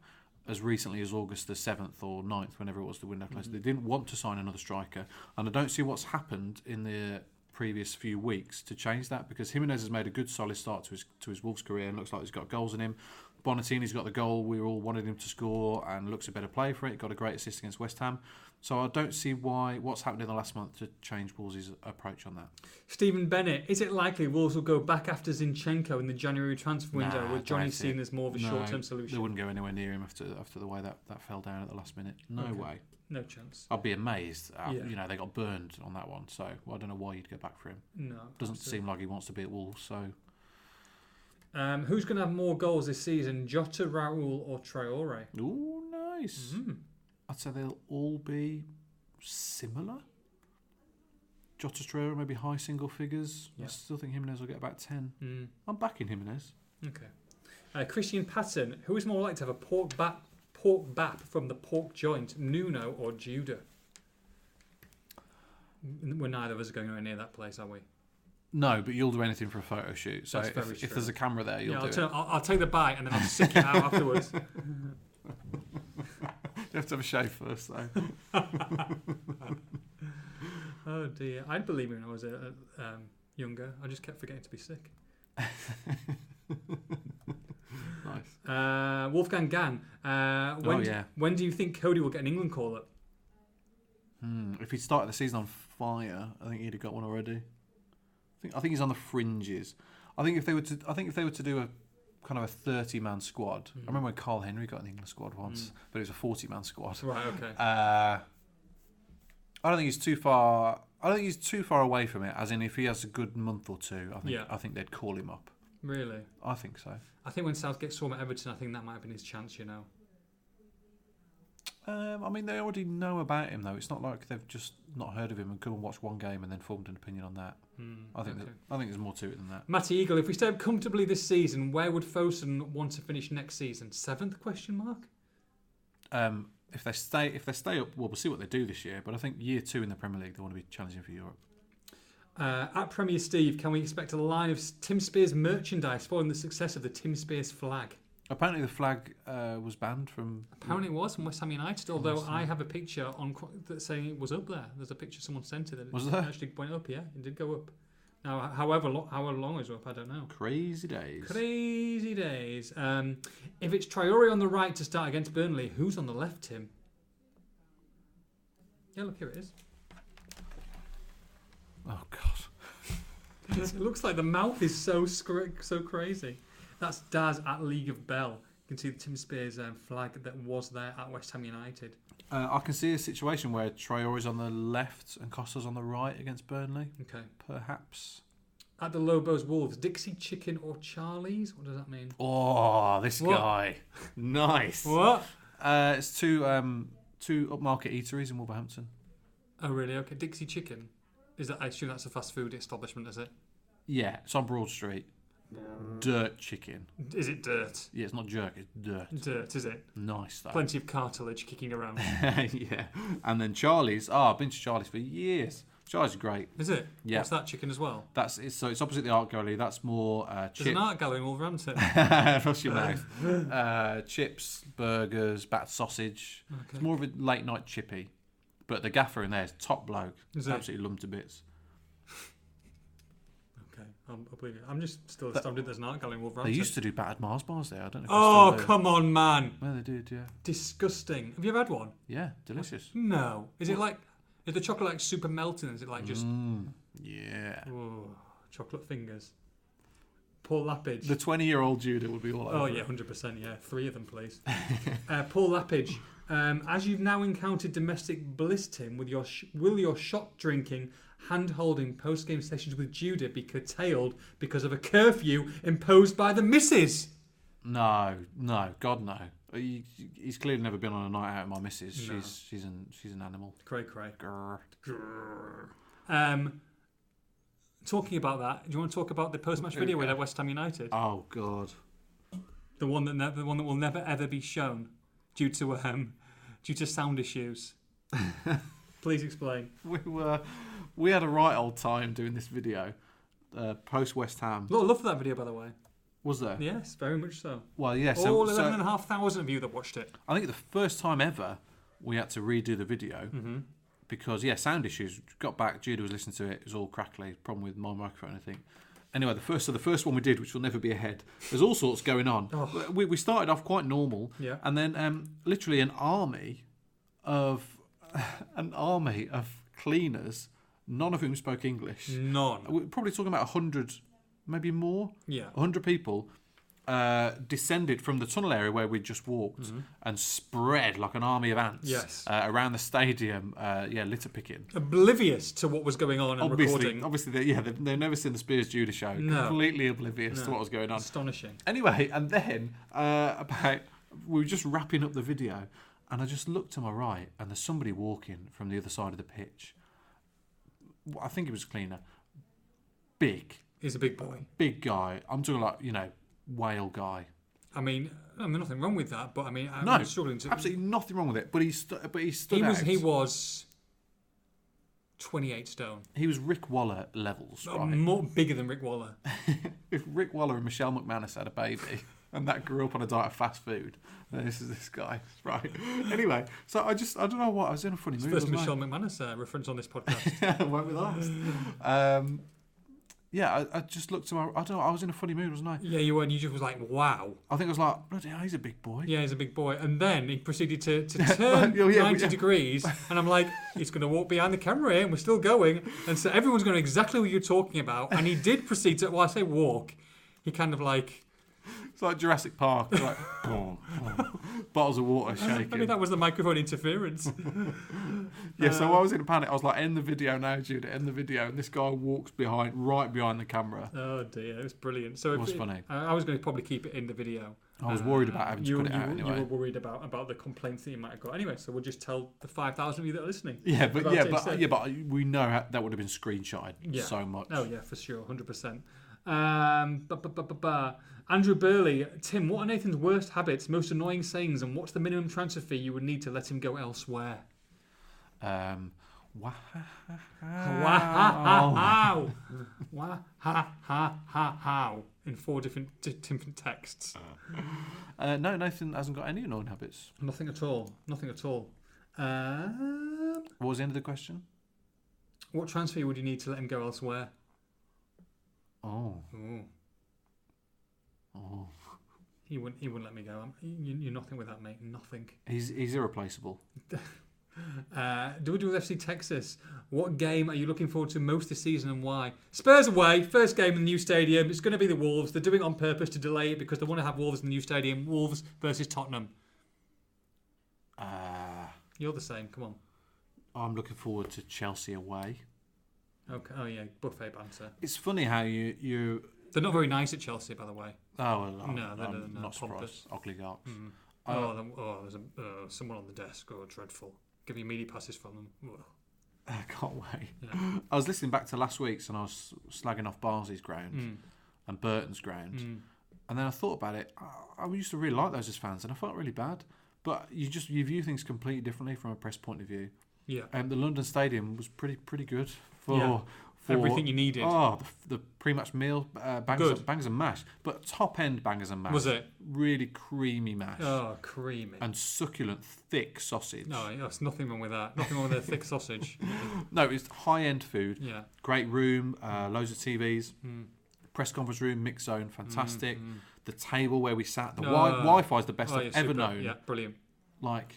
S3: as recently as August the seventh or 9th, whenever it was the window closed. They didn't want to sign another striker, and I don't see what's happened in the previous few weeks to change that because Jimenez has made a good solid start to his to his Wolves career and looks like he's got goals in him. Bonatini's got the goal we all wanted him to score and looks a better play for it. Got a great assist against West Ham. So I don't see why what's happened in the last month to change Wolves' approach on that.
S2: Stephen Bennett, is it likely Wolves will go back after Zinchenko in the January transfer window,
S3: Nah, I
S2: with Johnny
S3: doubt
S2: seen
S3: it.
S2: as more of a
S3: No,
S2: short-term
S3: They
S2: solution?
S3: wouldn't go anywhere near him after after the way that, that fell down at the last minute. No
S2: Okay.
S3: way.
S2: No chance.
S3: I'd be amazed. Uh,
S2: Yeah.
S3: You know, they got burned on that one, so I don't know why you'd go back for him.
S2: No.
S3: Doesn't
S2: absolutely.
S3: seem like he wants to be at Wolves, so
S2: Um, who's going to have more goals this season, Jota, Raul, or Traore?
S3: Ooh, nice.
S2: Mm.
S3: Mm-hmm. I'd say they'll all be similar. Jota Torreira, maybe high single figures.
S2: Yeah.
S3: I still think Jimenez will get about ten.
S2: Mm.
S3: I'm backing Jimenez.
S2: Okay. Uh, Christian Patton, who is more likely to have a pork bap, pork bap from the pork joint, Nuno or Judah? N- We're neither of us going anywhere near that place, are we?
S3: No, but you'll do anything for a photo shoot. So
S2: That's
S3: if,
S2: very
S3: if
S2: true.
S3: there's a camera there, you'll
S2: yeah,
S3: do
S2: I'll,
S3: it.
S2: turn, I'll, I'll take the bite and then I'll sick it out afterwards.
S3: You have to have a shave first, though.
S2: Oh dear, I'd believe me when I was a, a, um, younger. I just kept forgetting to be sick. Uh,
S3: nice.
S2: Wolfgang Gang, uh, when,
S3: Oh,
S2: d-
S3: yeah.
S2: when do you think Cody will get an England call up?
S3: Hmm. If he'd started the season on fire, I think he'd have got one already. I think I think he's on the fringes. I think if they were to, I think if they were to do a kind of a thirty-man squad.
S2: Hmm.
S3: I remember when Carl Henry got an England squad once, but it was a forty-man squad.
S2: Right, okay.
S3: Uh, I don't think he's too far. I don't think he's too far away from it. As in, if he has a good month or two, I think
S2: Yeah.
S3: I think they'd call him up.
S2: Really?
S3: I think so.
S2: I think when Southgate saw him at Everton, I think that might have been his chance, you know.
S3: Um, I mean, they already know about him though. It's not like they've just not heard of him and come and watch one game and then formed an opinion on that.
S2: Hmm,
S3: I think
S2: okay.
S3: that, I think there's more to it than that.
S2: Matty Eagle, if we stay up comfortably this season, where would Fosun want to finish next season? Seventh question mark?
S3: um, if they stay if they stay up, well, we'll see what they do this year. But I think year two in the Premier League, they want to be challenging for Europe.
S2: Uh, at Premier Steve, can we expect a line of Tim Spears merchandise following the success of the Tim Spears flag?
S3: Apparently, the flag uh, was banned from.
S2: Apparently, it was from West Ham United. Although I have a picture on qu- that saying it was up there. There's a picture someone sent it. That
S3: Was
S2: it
S3: there?
S2: actually went up? Yeah, it did go up. Now, h- however, lo- however long it was up, I don't know.
S3: Crazy days.
S2: Crazy days. Um, if it's Traore on the right to start against Burnley, who's on the left, Tim? Yeah, look here it is.
S3: oh God.
S2: it looks like the mouth is so scr- so crazy. That's Daz at League of Bell. You can see the Tim Spears um, flag that was there at West Ham United.
S3: Uh, I can see a situation where Traore's on the left and Costa's on the right against Burnley.
S2: Okay.
S3: Perhaps.
S2: At the Lobos Wolves, Dixie Chicken or Charlie's? What does that mean?
S3: Oh, this
S2: What?
S3: guy. nice.
S2: What?
S3: Uh, it's two um, two upmarket eateries in Wolverhampton.
S2: Oh, really? Okay. Dixie Chicken. Is that? I assume that's a fast food establishment, is it?
S3: Yeah, it's on Broad Street. Dirt chicken.
S2: Is it dirt?
S3: Yeah, it's not jerk. It's dirt.
S2: Dirt, is it?
S3: Nice though.
S2: Plenty of cartilage kicking around.
S3: yeah. And then Charlie's. Oh, I've been to Charlie's for years. Charlie's great.
S2: Is it?
S3: Yeah.
S2: What's that chicken as well?
S3: That's it's, so it's opposite the art gallery. That's more uh,
S2: There's
S3: chip.
S2: an art gallery in Wolverhampton.
S3: Rush your mouth. Uh, chips, burgers, bat sausage. It's more of a late night chippy. But the gaffer in there is top bloke.
S2: Is it?
S3: Absolutely lumped to bits.
S2: okay, I'm, I'll believe it. I'm just still astounded there's an art gallery in
S3: They
S2: Wolverhampton.
S3: used to do battered Mars bars there. I don't know. If
S2: oh,
S3: they still do.
S2: come on, man.
S3: Well, they did. Yeah.
S2: Disgusting. Have you ever had one?
S3: Yeah. Delicious.
S2: No. Is it like. Is the chocolate like super melting? Is it like just.
S3: Mm, yeah.
S2: Oh, chocolate fingers. Paul Lappage.
S3: The 20 year old Judah would be all over.
S2: Oh yeah,
S3: it.
S2: hundred percent. Yeah, three of them, please. uh, Paul Lappage, um, as you've now encountered domestic bliss, Tim, with your sh- will your shot drinking, hand holding post game sessions with Judah be curtailed because of a curfew imposed by the missus?
S3: No, no, God, no. He, he's clearly never been on a night out with my missus.
S2: No.
S3: She's she's an she's an animal.
S2: Cray cray.
S3: Grr.
S2: Grrr. Um, talking about that, do you want to talk about the post match
S3: Here we
S2: video
S3: go.
S2: with at West Ham United?
S3: Oh God.
S2: The one that ne- the one that will never ever be shown due to um due to sound issues. Please explain.
S3: We were we had a right old time doing this video uh, post West Ham.
S2: Lo- Love for that video, by the way.
S3: Was there?
S2: Yes, very much so.
S3: Well, yeah. So,
S2: All
S3: so
S2: eleven and a half thousand of you that watched it.
S3: I think the first time ever we had to redo the video because yeah, sound issues. Got back, Judah was listening to it. It was all crackly. Problem with my microphone, I think. Anyway, the first so the first one we did, which will never be ahead. There's all sorts going on. We, we started off quite normal,
S2: Yeah.
S3: and then um, literally an army of an army of cleaners, none of whom spoke English.
S2: None.
S3: We're probably talking about hundred, maybe more.
S2: Yeah.
S3: 100 people uh, descended from the tunnel area where we just walked and spread like an army of ants
S2: Mm-hmm. Yes.
S3: uh, around the stadium. Uh, yeah, litter picking.
S2: Oblivious to what was going on and
S3: Obviously,
S2: recording.
S3: obviously, they, yeah, they've, they've never seen the Spears Judah show.
S2: No.
S3: Completely oblivious to
S2: No.
S3: what was going on.
S2: Astonishing.
S3: Anyway, and then uh, about we were just wrapping up the video, and I just looked to my right, and there's somebody walking from the other side of the pitch. I think it was a cleaner. Big,
S2: He's a big boy.
S3: big guy. I'm talking like you know, whale guy.
S2: I mean, I mean, nothing wrong with that, but I mean, I'm
S3: No,
S2: struggling to.
S3: absolutely nothing wrong with it. But he, stu- but he stood
S2: He was.
S3: out.
S2: He was. Twenty-eight stone.
S3: He was Rick Waller levels,
S2: Oh,
S3: right?
S2: More bigger than Rick Waller.
S3: if Rick Waller and Michelle McManus had a baby, and that grew up on a diet of fast food, then this is this guy, right? Anyway, so I just I don't know what I was in a funny mood.
S2: First
S3: wasn't I?
S2: Michelle McManus uh, reference on this podcast.
S3: won't be last. Um, yeah, I, I just looked to my. I don't. know, I was in a funny mood, wasn't I?
S2: yeah, you were. And you just was like, wow.
S3: I think I was like, bloody hell, he's a big boy.
S2: Yeah, he's a big boy. And then he proceeded to, to turn
S3: oh, yeah, we-
S2: 90 degrees. And I'm like, he's going to walk behind the camera here, and we're still going. And so everyone's going to know exactly what you're talking about. And he did proceed to, well, I say walk. He kind of like,
S3: It's like Jurassic Park. Like, boom, boom. bottles of water shaking.
S2: maybe that was the microphone interference.
S3: Yeah, so
S2: Um,
S3: I was in a panic. I was like, end the video now, Jude, end the video. And this guy walks behind, right behind the camera.
S2: oh, dear. It was brilliant. So it
S3: was funny.
S2: I, I was going to probably keep it in the video.
S3: I was worried about having to
S2: You,
S3: cut it
S2: you-
S3: out
S2: you
S3: anyway.
S2: were worried about, about the complaints that you might have got. Anyway, so we'll just tell the 5,000 of you that are listening.
S3: Yeah, but
S2: about
S3: yeah,
S2: it
S3: but
S2: instead.
S3: yeah, but we know how, that would have been screenshotted
S2: Yeah.
S3: so much.
S2: Oh yeah, for sure, hundred percent. Um, ba- ba- ba- ba- ba. Andrew Burley, Tim, what are Nathan's worst habits, most annoying sayings, and what's the minimum transfer fee you would need to let him go elsewhere?
S3: Um, wow.
S2: Wow! Wow! Wow! Ha ha ha! How? In four different di- different texts.
S3: Uh, no, Nathan hasn't got any annoying habits.
S2: Nothing at all. Nothing at all. Um,
S3: What was the end of the question?
S2: what transfer fee would you need to let him go elsewhere?
S3: Oh,
S2: Ooh.
S3: oh.
S2: He wouldn't. He wouldn't let me go. I'm, you, you're nothing without me. Nothing.
S3: He's he's irreplaceable.
S2: Uh, do we do with FC Texas? What game are you looking forward to most this season and why? Spurs away, first game in the new stadium. It's going to be the Wolves. They're doing it on purpose to delay it because they want to have Wolves in the new stadium. Wolves versus Tottenham.
S3: Uh,
S2: You're the same. Come on.
S3: I'm looking forward to Chelsea away.
S2: Okay. Oh yeah, buffet banter.
S3: It's funny how you you.
S2: They're not very nice at Chelsea, by the way.
S3: Oh, well, I'm,
S2: No, no, no,
S3: I'm
S2: no,
S3: not
S2: pompous.
S3: surprised. Oligarchs.
S2: oh, there- oh, there's a, uh, someone on the desk. Oh, dreadful. Give me media passes from them. Ugh.
S3: I can't wait. I was listening back to last week's and I was slagging off Barnsley's ground
S2: Mm.
S3: and Burton's ground. And then I thought about it. I, I used to really like those as fans and I felt really bad. But you just you view things completely differently from a press point of view.
S2: Yeah.
S3: Um, the London Stadium was pretty pretty good for,
S2: Yeah.
S3: for
S2: Everything you needed.
S3: Oh, the, the pre-match meal uh, bangers,
S2: Good.
S3: and, bangers and mash, but top end bangers and mash
S2: Was it?
S3: really creamy mash
S2: Oh, creamy.
S3: and succulent thick sausage.
S2: No, there's nothing wrong with that. Nothing wrong with their thick sausage.
S3: no, it's high end food.
S2: Yeah.
S3: Great room, uh,
S2: Mm.
S3: loads of TVs, press conference room, mix zone, fantastic. The table where we sat, the wi-
S2: Oh.
S3: Wi-Fi is the best
S2: Mm, Oh,
S3: I've
S2: yeah,
S3: ever
S2: super.
S3: known.
S2: Yeah, brilliant.
S3: Like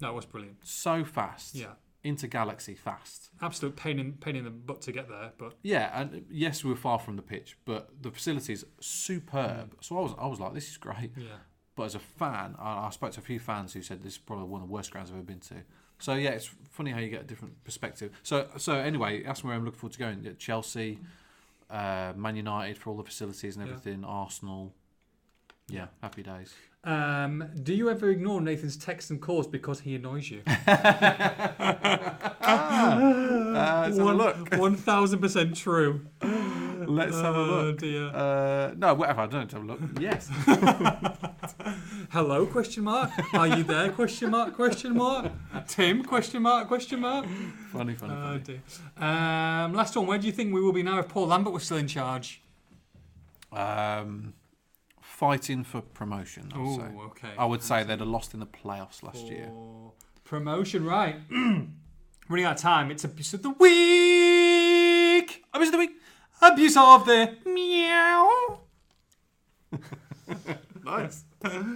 S2: That was brilliant.
S3: so fast,
S2: Yeah.
S3: into Galaxy fast.
S2: Absolute pain in pain in the butt to get there, but
S3: Yeah, and yes, we were far from the pitch, but the facilities superb.
S2: Mm.
S3: So I was, I was like, this is great.
S2: yeah.
S3: But as a fan, I, I spoke to a few fans who said this is probably one of the worst grounds I've ever been to. So yeah, it's funny how you get a different perspective. So so anyway, that's where I'm looking forward to going. Yeah, Chelsea, uh, Man United for all the facilities and
S2: Yeah.
S3: everything. Arsenal. Yeah, happy days.
S2: Um, do you ever ignore Nathan's texts and calls because he annoys
S3: Uh,
S2: you?
S3: Ah, let's have a look.
S2: One thousand percent true.
S3: Let's have a
S2: Oh
S3: look.
S2: dear.
S3: Uh, no, whatever. I don't have a look. Yes.
S2: Hello? Question mark. Are you there? Question mark. Question mark. Tim? Question mark. Question mark.
S3: funny, funny,
S2: Oh
S3: funny.
S2: dear. Um, last one. Where do you think we will be now if Paul Lambert was still in charge?
S3: Um, fighting for promotion. I would
S2: Oh,
S3: say.
S2: okay.
S3: I would say they'd have lost in the playoffs last year.
S2: For Promotion, right? Running out of time. It's abuse of the week.
S3: Abuse of the week.
S2: Abuse of the meow.
S3: Nice.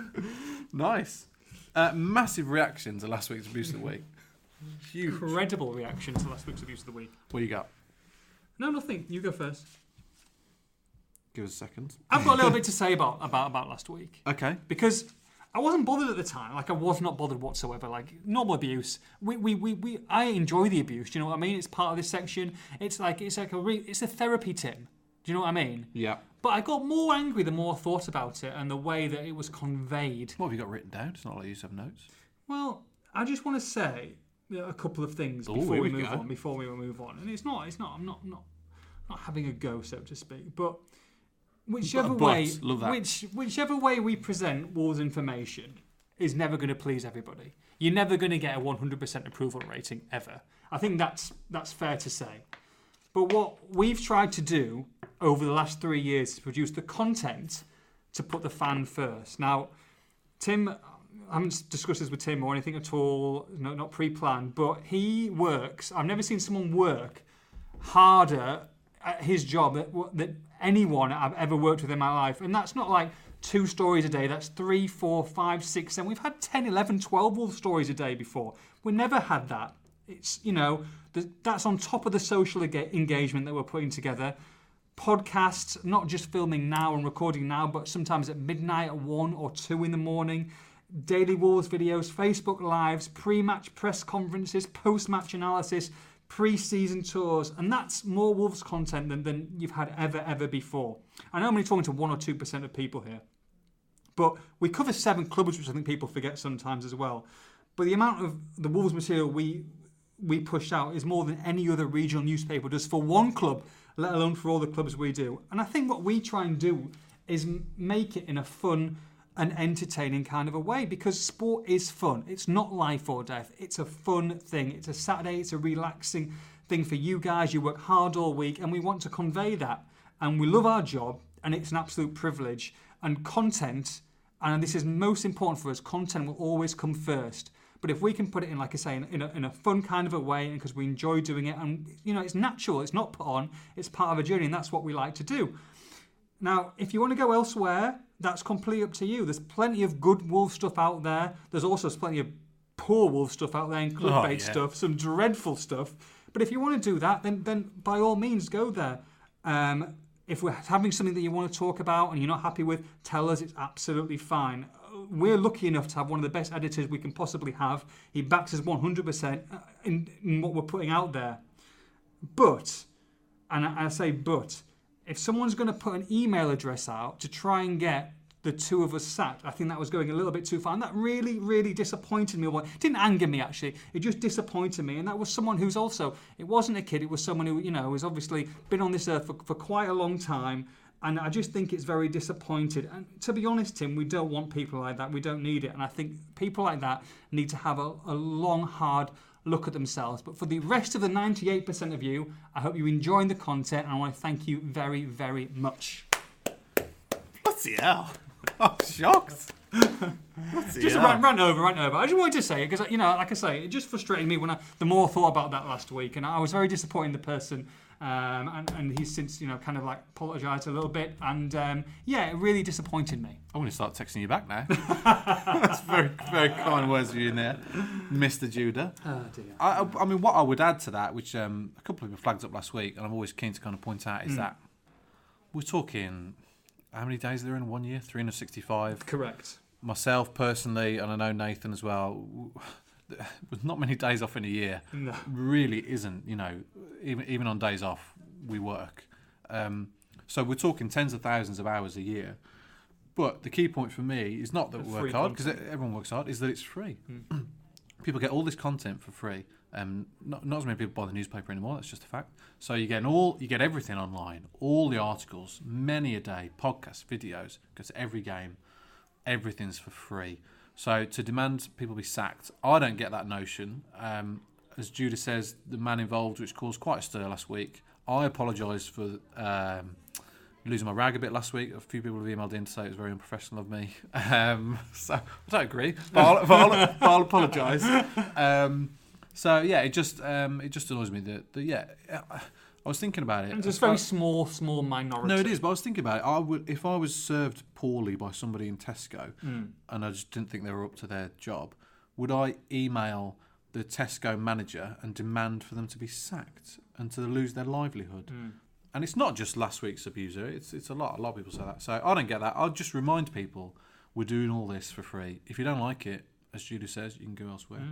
S3: nice. Uh, massive reaction to last week's abuse of the week. Huge.
S2: Incredible reaction to last week's abuse of the week.
S3: What you got?
S2: No, nothing. You go first.
S3: Give us a second.
S2: I've got a little bit to say about about about last week
S3: Okay.
S2: because I wasn't bothered at the time. Like I was not bothered whatsoever. Like normal abuse. We we, we, we I enjoy the abuse. Do you know what I mean? It's part of this section. It's like it's like a re- it's a therapy Tim. Do you know what I mean?
S3: Yeah.
S2: But I got more angry the more I thought about it and the way that it was conveyed.
S3: What have you got written down? It's not like you used to have notes.
S2: Well, I just want to say you know, a couple of things
S3: Ooh,
S2: before
S3: here
S2: we,
S3: we
S2: move
S3: go.
S2: on. Before we move on, and it's not, it's not, I'm not, not, not having a go, so to speak. But whichever
S3: but,
S2: way,
S3: love that.
S2: which whichever way we present Wolves information is never going to please everybody. You're never going to get a 100% approval rating ever. I think that's that's fair to say. But what we've tried to do over the last three years is produce the content to put the fan first. Now, Tim, I haven't s- discussed this with Tim or anything at all, no, not pre planned, but he works. I've never seen someone work harder at his job that, that anyone I've ever worked with in my life. And that's not like two stories a day, that's three, four, five, six, seven. We've had 10, 11, 12 wolf stories a day before. We never had that. It's, you know, th- that's on top of the social ega- engagement that we're putting together podcasts, not just filming now and recording now, but sometimes at midnight, at one or two in the morning. Daily Wolves videos, Facebook Lives, pre match press conferences, post match analysis, pre season tours. And that's more Wolves content than, than you've had ever, ever before. I know I'm only talking to 1% or 2% of people here. But we cover seven clubs, which I think people forget sometimes as well. But the amount of the Wolves material we we push out is more than any other regional newspaper does for one club, let alone for all the clubs we do. And I think what we try and do is m- make it in a fun and entertaining kind of a way because sport is fun. It's not life or death. It's a fun thing. It's a Saturday. It's a relaxing thing for you guys. You work hard all week, and we want to convey that. And we love our job, and it's an absolute privilege. And content and this is most important for us content will always come first but if we can put it in like i say in, in, a, in a fun kind of a way and because we enjoy doing it and you know it's natural it's not put on it's part of a journey and that's what we like to do now, if you want to go elsewhere, that's completely up to you. There's plenty of good wolf stuff out there. There's also plenty of poor wolf stuff out there and clickbait
S3: yeah.
S2: stuff, some dreadful stuff. But if you want to do that, then then by all means go there. Um, if we're having something that you want to talk about and you're not happy with, tell us. It's absolutely fine. Uh, We're lucky enough to have one of the best editors we can possibly have. He backs us 100% uh, in, in what we're putting out there. But and I I say but, if someone's going to put an email address out to try and get the two of us sacked, I think that was going a little bit too far. And that really, really disappointed me. Well, it didn't anger me, actually. It just disappointed me. And that was someone who's also, it wasn't a kid, it was someone who, you know, has obviously been on this earth for, for quite a long time. And I just think it's very disappointed. And to be honest, Tim, we don't want people like that. We don't need it. And I think people like that need to have a, a long, hard look at themselves. But for the rest of the 98% of you, I hope you're enjoying the content and I want to thank you very, very much.
S3: What's the hell? I'm shocked. What's the
S2: Just
S3: hell?
S2: a rant, rant over, rant over. I just wanted to say it because, you know, like I say, it just frustrated me when I, the more I thought about that last week and I was very disappointed in the person um, and, and he's since you know kind of like apologised a little bit, and um, yeah, it really disappointed me.
S3: I want to start texting you back now. That's very, very kind words of you in there, Mr. Judah.
S2: Oh dear.
S3: I, I- I mean, what I would add to that, which um, a couple of you flagged up last week, and I'm always keen to kind of point out, is that we're talking how many days are there in one year? 365.
S2: Correct.
S3: Myself personally, and I know Nathan as well, w- there's not many days off in a year.
S2: No.
S3: Really isn't, you know, even, even on days off, we work. Um, so we're talking tens of thousands of hours a year. But the key point for me is not that we
S2: The
S3: work
S2: free Hmm.
S3: hard, because everyone works hard, is that it's free. people get all this content for free. Um, not, not as many people buy the newspaper anymore. That's just a fact. So you get all you get everything online, all the articles, many a day, podcasts, videos, because every game, everything's for free. So to demand people be sacked, I don't get that notion. Um, as Judah says, the man involved, which caused quite a stir last week. I apologise for um, losing my rag a bit last week. A few people have emailed in to say it was very unprofessional of me. Um, so I don't agree, but I'll, but I'll, but I'll apologise. Um, so yeah, it just um, it just annoys me that, that yeah, I I was thinking about it.
S2: And it's
S3: I-
S2: a very small, small minority.
S3: no, it is. But I was thinking about it. I would if I was served poorly by somebody in Tesco, and I just didn't think they were up to their job. Would I email the Tesco manager and demand for them to be sacked and to lose their livelihood? And it's not just last week's abuser. It's it's a lot. A lot of people say that. So I don't get that. I'll just remind people we're doing all this for free. If you don't like it, as Judy says, you can go elsewhere.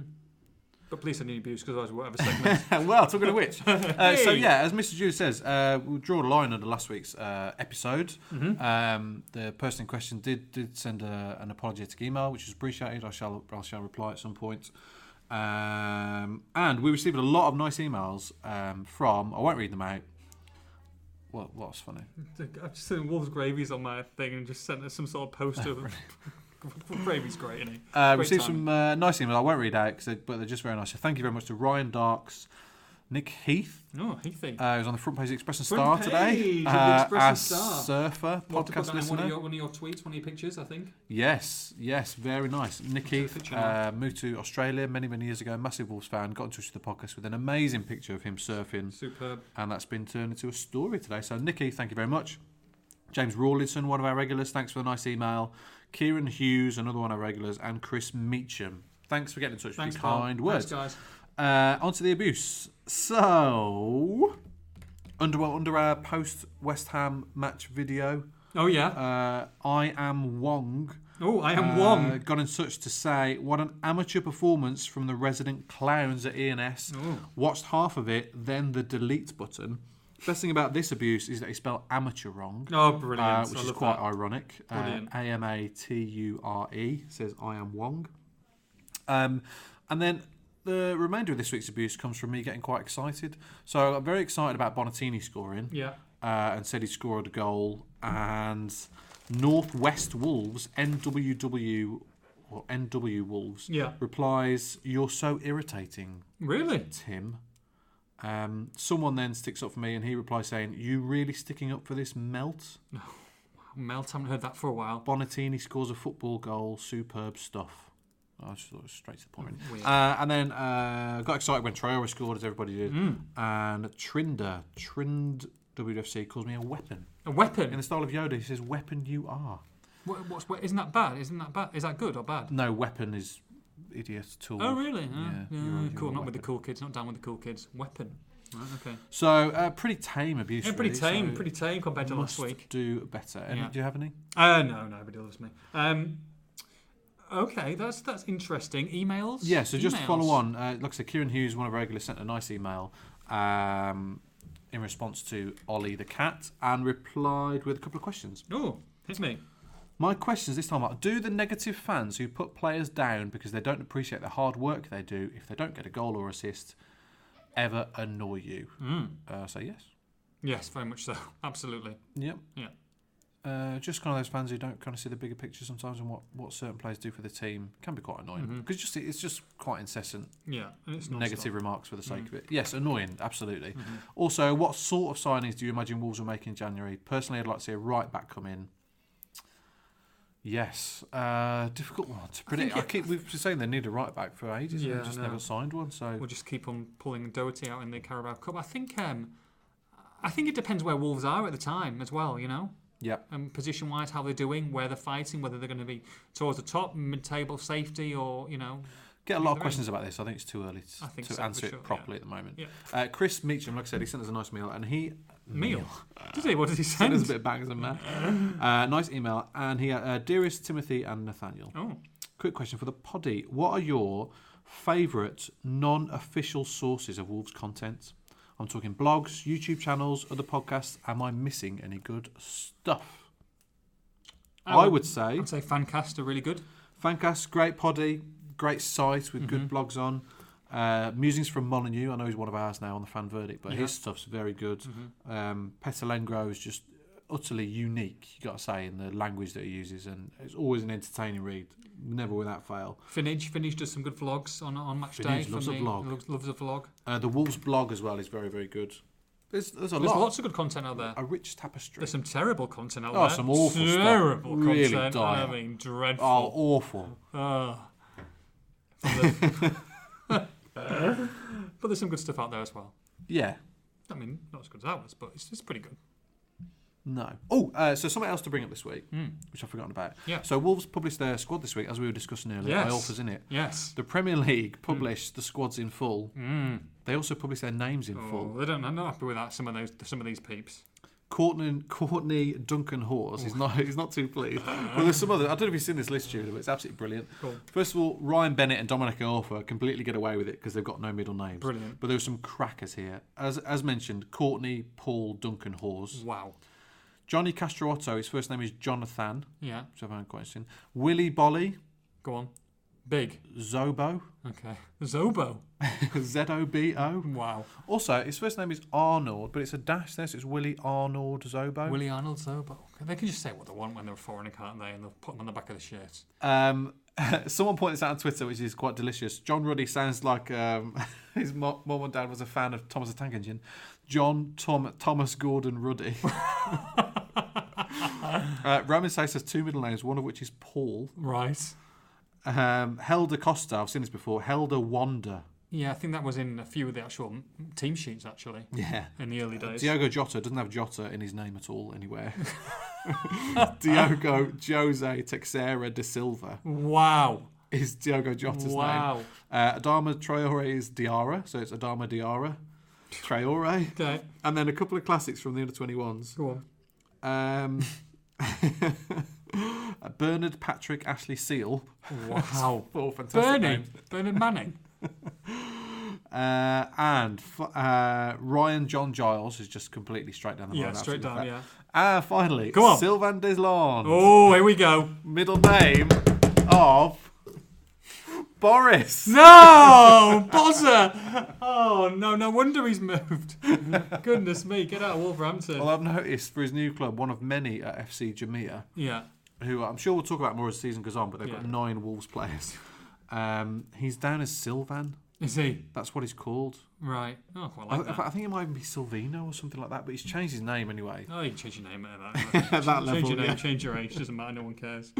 S2: But please don't need abuse because otherwise whatever segment.
S3: well, talking of which, uh, so
S2: Hey.
S3: yeah, as Mr. Jude says, uh, we'll draw a line under last week's uh, episode.
S2: Mm-hmm.
S3: Um, the person in question did did send a, an apologetic email, which is appreciated. I shall I shall reply at some point. Um, and we received a lot of nice emails um, from. I won't read them out. What what's funny?
S2: I've just seen Wolves Gravy's on my thing and just sent us some sort of poster. Gravy's great, isn't he?
S3: Uh,
S2: Great
S3: received
S2: timing.
S3: some uh, nice emails. I won't read out, 'cause they, but they're just very nice. So thank you very much to Ryan Darks, Nick Heath,
S2: Oh, he thinks.
S3: Uh, it was on the front page of the Express and Star
S2: Front
S3: today.
S2: page of the Express
S3: our
S2: and Star.
S3: surfer
S2: We'll have to put
S3: podcast
S2: that in one, of
S3: listener.
S2: your, one of your tweets, one of your pictures, I think.
S3: Yes, yes, very nice. Nikki
S2: Take a picture
S3: uh, moved to Australia many, many years ago. Massive Wolves fan. Got in touch with the podcast with an amazing picture of him surfing,
S2: Superb.
S3: and that's been turned into a story today. So, Nikki, thank you very much. James Rawlinson, one of our regulars, thanks for the nice email. Kieran Hughes, another one of our regulars, and Chris Meacham. Thanks for getting in touch
S2: Thanks,
S3: with your
S2: Paul.
S3: kind words.
S2: Thanks, guys.
S3: Uh, on to the abuse. So, under under our post West Ham match video,
S2: Oh, yeah.
S3: uh, I am Wong.
S2: oh, I am
S3: uh,
S2: Wong.
S3: Got in touch to say what an amateur performance from the resident clowns at ENS.
S2: Oh.
S3: Watched half of it, then the delete button. Best thing about this abuse is that they spell amateur wrong.
S2: Oh, brilliant.
S3: Uh,
S2: I
S3: which is
S2: love
S3: quite
S2: that.
S3: ironic. Uh,
S2: Brilliant.
S3: A M A T U R E says I am Wong. Um, and then the remainder of this week's abuse comes from me getting quite excited. So I'm very excited about Bonatini scoring
S2: Yeah.
S3: uh, and said he scored a goal. And Northwest Wolves, NWW or NW Wolves,
S2: Yeah.
S3: replies, You're so irritating,
S2: Really?
S3: Tim. Um, someone then sticks up for me and he replies saying, You really sticking up for this melt?
S2: Melt, haven't heard that for a while.
S3: Bonatini scores a football goal. Superb stuff. Oh, I just thought it was straight to the point. really.
S2: Weird.
S3: Uh, and then uh, got excited when Traore scored, as everybody did.
S2: Hmm.
S3: And Trinder, Trind WFC, calls me a weapon.
S2: A
S3: In
S2: weapon?
S3: the style of Yoda, he says, "Weapon you are."
S2: What, what's, what, isn't that bad? Isn't that bad? Is that good or bad?
S3: No, weapon is idiot tool.
S2: Oh, really? Oh,
S3: Mm. Yeah,
S2: yeah,
S3: you're a- you're
S2: cool.
S3: a
S2: Not with the
S3: weapon.
S2: cool kids. Not down with the cool kids. Weapon. Right, okay.
S3: So uh, pretty tame abuse.
S2: Yeah, pretty
S3: really,
S2: tame.
S3: so
S2: pretty tame compared to last
S3: must
S2: week.
S3: Do better. Any,
S2: Yeah.
S3: Do you have any?
S2: Uh, no, nobody loves me. Um, okay, that's that's interesting. Emails.
S3: Yeah, so just to follow
S2: Emails.
S3: on. Uh, like I said, Kieran Hughes, one of our regulars, sent a nice email um, in response to Ollie the cat and replied with a couple of questions.
S2: Oh, hit me.
S3: My questions this time are Do the negative fans who put players down because they don't appreciate the hard work they do if they don't get a goal or assist ever annoy you?
S2: Hmm.
S3: Uh, so, yes.
S2: Yes, very much so. Absolutely.
S3: Yep.
S2: Yeah.
S3: Uh, just kind of those fans who don't kind of see the bigger picture sometimes and what, what certain players do for the team can be quite annoying
S2: Mm-hmm.
S3: because just it's just quite incessant
S2: Yeah, and it's non-stop. Mm. Mm-hmm.
S3: negative remarks for the sake of it. Yes, annoying, absolutely. Also, what sort of signings do you imagine Wolves will make in January? Personally, I'd like to see a right back come in. Yes, uh, difficult one to predict. I,
S2: it-
S3: keep we've been saying they need a right back for ages and
S2: Yeah, I
S3: just
S2: know.
S3: never signed one. So
S2: We'll just keep on pulling Doherty out in the Carabao Cup. I think um, I think it depends where Wolves are at the time as well, you know?
S3: Yeah.
S2: Um, position wise, how they're doing, where they're fighting, whether they're going to be towards the top, mid table safety, or, you know.
S3: Get a lot of
S2: there
S3: questions about this. I think it's too early to,
S2: I think
S3: to
S2: so, for
S3: answer
S2: sure,
S3: it
S2: yeah.
S3: properly at the moment.
S2: Yeah.
S3: Uh, Chris Meacham, like I said, he sent us a nice meal and he
S2: Meal. Did he? What did he
S3: sent us a
S2: send?
S3: bit of bangers and mash. Uh, nice email. And he, uh, Dearest Timothy and Nathaniel,
S2: Oh,
S3: quick question for the poddy. What are your favourite non official sources of Wolves content? I'm talking blogs, YouTube channels, other podcasts. Am I missing any good stuff?
S2: I
S3: I
S2: would-
S3: would say
S2: I'd say Fancast are really good.
S3: Fancast, great poddy, great site
S2: Mm-hmm.
S3: with good blogs on. Uh, Musings from Molyneux, I know he's one of ours now on the fan verdict, but
S2: Yeah. Mm-hmm.
S3: his stuff's very good. Um, Petter Lengro is just utterly unique, you got to say, in the language that he uses, and it's always an entertaining read, never without fail.
S2: Finage. Finage does some good vlogs on, on match
S3: Finage
S2: day.
S3: loves
S2: for
S3: a
S2: me.
S3: vlog.
S2: Loves, loves a vlog.
S3: Uh, the Wolves blog as well is very, very good. There's, there's a
S2: There's
S3: lot.
S2: lots of good content out there.
S3: A rich tapestry.
S2: There's some terrible content out
S3: Oh,
S2: there.
S3: some awful stuff.
S2: terrible
S3: Really
S2: content. I
S3: dire.
S2: mean,
S3: Oh,
S2: dreadful.
S3: awful.
S2: Ah. But there's- but there's some good stuff out there as well.
S3: Yeah.
S2: I mean, not as good as ours, but it's, it's pretty good.
S3: No. Oh, uh, so something else to bring up this week, which I've forgotten about.
S2: Hmm. Yeah.
S3: So Wolves published their squad this week, as we were discussing earlier.
S2: Yes. Hmm.
S3: By offers in it.
S2: Yes.
S3: The Premier League published the squads in full.
S2: Mm.
S3: They also published their names in
S2: Oh,
S3: full.
S2: they don't. I'm not happy with that. Some of those. Some of these peeps.
S3: Courtney, Courtney Duncan Horse. He's not. He's not too pleased. Well, there's some other. I don't know if you've seen this list, Judah, but it's absolutely brilliant.
S2: Cool.
S3: First of all, Ryan Bennett and Dominic Orfa completely get away with it because they've got no middle names.
S2: Brilliant.
S3: But there are some crackers here. As as mentioned, Courtney Paul Duncan Hawes.
S2: Wow.
S3: Johnny Castrootto. His first name is Jonathan,
S2: Yeah.
S3: which I found quite interesting. Willie Bolly.
S2: Go on. Big.
S3: Zobo.
S2: Okay. Zobo.
S3: Z O B O.
S2: Wow.
S3: Also, his first name is Arnold, but it's a dash there, so it's Willie Arnold Zobo.
S2: Willie Arnold Zobo. Okay, They can just say what they want when they're a foreigner, can't they? And they'll put them on the back of the shirt.
S3: Um, someone pointed this out on Twitter, which is quite delicious. John Ruddy sounds like um, his mo- mum and dad was a fan of Thomas the Tank Engine. John Tom Thomas Gordon Ruddy. uh, Roman Say has two middle names, one of which is Paul.
S2: Right.
S3: Um, Helder Costa, I've seen this before. Helder Wanda.
S2: Yeah, I think that was in a few of the actual m- team sheets actually
S3: Yeah.
S2: in the early days.
S3: Diogo Jota doesn't have Jota in his name at all anywhere. Diogo Jose Texera de Silva
S2: Wow.
S3: is Diogo Jota's name.
S2: Wow.
S3: Uh, Adama Traore is Diarra, so it's Adama Diarra. Traore.
S2: Okay.
S3: And then a couple of classics from the under 21s.
S2: Go on.
S3: Um, uh, Bernard Patrick Ashley Seal.
S2: Wow.
S3: Four fantastic
S2: Bernie.
S3: names.
S2: Bernard Manning.
S3: Uh, and f- uh, Ryan John Giles is just completely straight down the
S2: Yeah,
S3: line.
S2: straight down,
S3: absolutely
S2: yeah.
S3: Ah, finally,
S2: Come on.
S3: Sylvain Deslon.
S2: Oh, here we go.
S3: middle name of Boris.
S2: No, bozzer. Oh no, no wonder he's moved. Goodness me, get out of Wolverhampton.
S3: Well, I've noticed for his new club, one of many at FC Jamia,
S2: yeah.
S3: who I'm sure we'll talk about more as the season goes on, but they've got
S2: Yeah.
S3: nine Wolves players. Um, he's down as Sylvan.
S2: Is he
S3: That's what he's called.
S2: right? Oh, well, I
S3: I,
S2: like
S3: in
S2: that.
S3: fact, I think it might even be Silvino or something like that, but he's changed his name anyway.
S2: Oh, you can change your name at that.
S3: At that
S2: change
S3: level,
S2: your name,
S3: yeah.
S2: change your age. Doesn't matter. No one cares.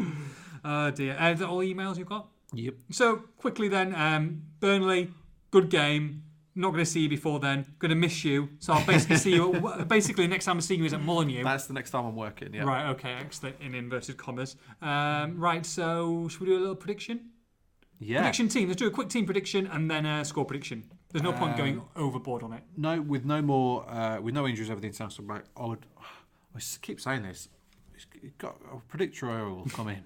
S2: Oh dear. Uh, is that all the emails you've got?
S3: Yep.
S2: So quickly then, um, Burnley, good game. Not going to see you before then. Going to miss you. So I'll basically see you. At, basically, next time I see you is at Molyneux.
S3: That's the next time I'm working, yeah.
S2: Right. Okay. Excellent. In inverted commas. Um, right. So should we do a little prediction?
S3: Yeah.
S2: Prediction team. Let's do a quick team prediction and then a score prediction. There's no point
S3: Um,
S2: going overboard on it.
S3: No, with no more, uh, with no injuries over the international break, I would. I s- keep saying this. It's it got a predictor will come in,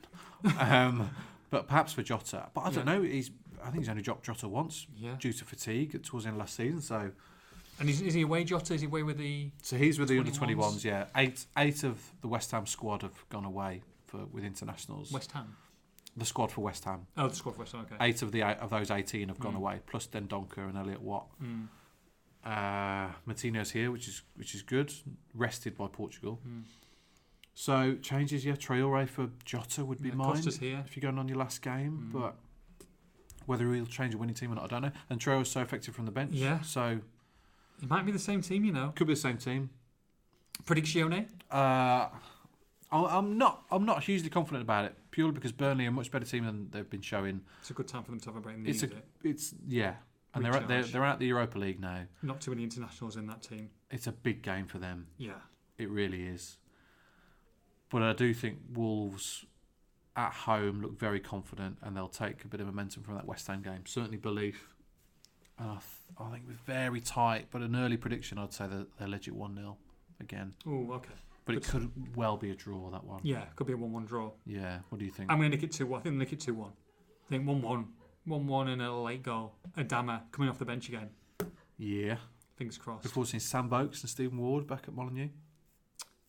S3: um, but perhaps for Jota. But I don't know. He's. I think he's only dropped Jota once
S2: Yeah.
S3: due to fatigue towards the end of last season. So,
S2: And is, is he away, Jota? Is he away with the?
S3: so he's with the under
S2: 21s.
S3: 21s. Yeah, eight eight of the West Ham squad have gone away for with internationals.
S2: West Ham.
S3: The squad for West Ham.
S2: Oh, the squad for West Ham. Okay.
S3: Eight of the eight of those 18 have gone away, plus Dendonka and Elliot Watt.
S2: Mm.
S3: Uh, Martino's here, which is which is good. Rested by Portugal.
S2: Mm.
S3: So changes, yeah. Traore for Jota would be
S2: Yeah,
S3: mine
S2: Costa's here. Mm.
S3: if you're going on your last game, but whether he'll change a winning team or not, I don't know. And Traore's so effective from the bench,
S2: Yeah.
S3: So
S2: It might be the same team, you know.
S3: could be the same team.
S2: Prediction.
S3: Uh, I- I'm not. I'm not hugely confident about it purely because Burnley are a much better team than they've been showing.
S2: It's a good time for them to have a break. And
S3: It's
S2: use
S3: a.
S2: it.
S3: It's yeah. and they're at, they're,
S2: Recharge.
S3: they're out the Europa League now.
S2: Not too many internationals in that team.
S3: It's a big game for them.
S2: Yeah.
S3: It really is. But I do think Wolves at home look very confident and they'll take a bit of momentum from that West Ham game. Certainly belief. And I, th- I think it was very tight, but an early prediction, I'd say that they're legit 1 0 again.
S2: Oh, okay.
S3: But it
S2: But-
S3: could well be a draw, that one.
S2: Yeah, could be a one-one draw.
S3: Yeah, What do you think?
S2: I'm going to nick it two-one. I think nick it two-one. I think one-one, one-one, and a late goal. Adama coming off the bench again.
S3: yeah.
S2: Fingers crossed.
S3: Before seeing Sam Oakes and Stephen Ward back at Molyneux.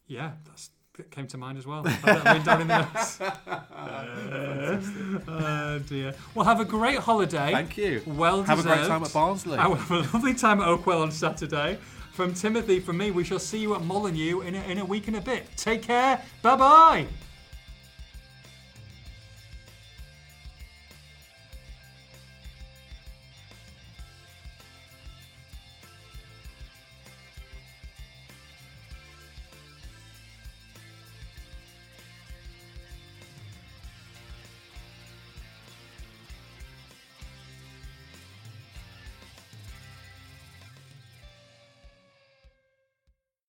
S2: Yeah, that's, that came to mind as well. I wrote down in the notes. Oh, dear. Well, have a great holiday.
S3: Thank you.
S2: Well
S3: Have a great
S2: deserved.
S3: time at Barnsley.
S2: I will have a lovely time at Oakwell on Saturday. From Timothy, from me, we shall see you at Molyneux in a, in a week and a bit. Take care. Bye bye.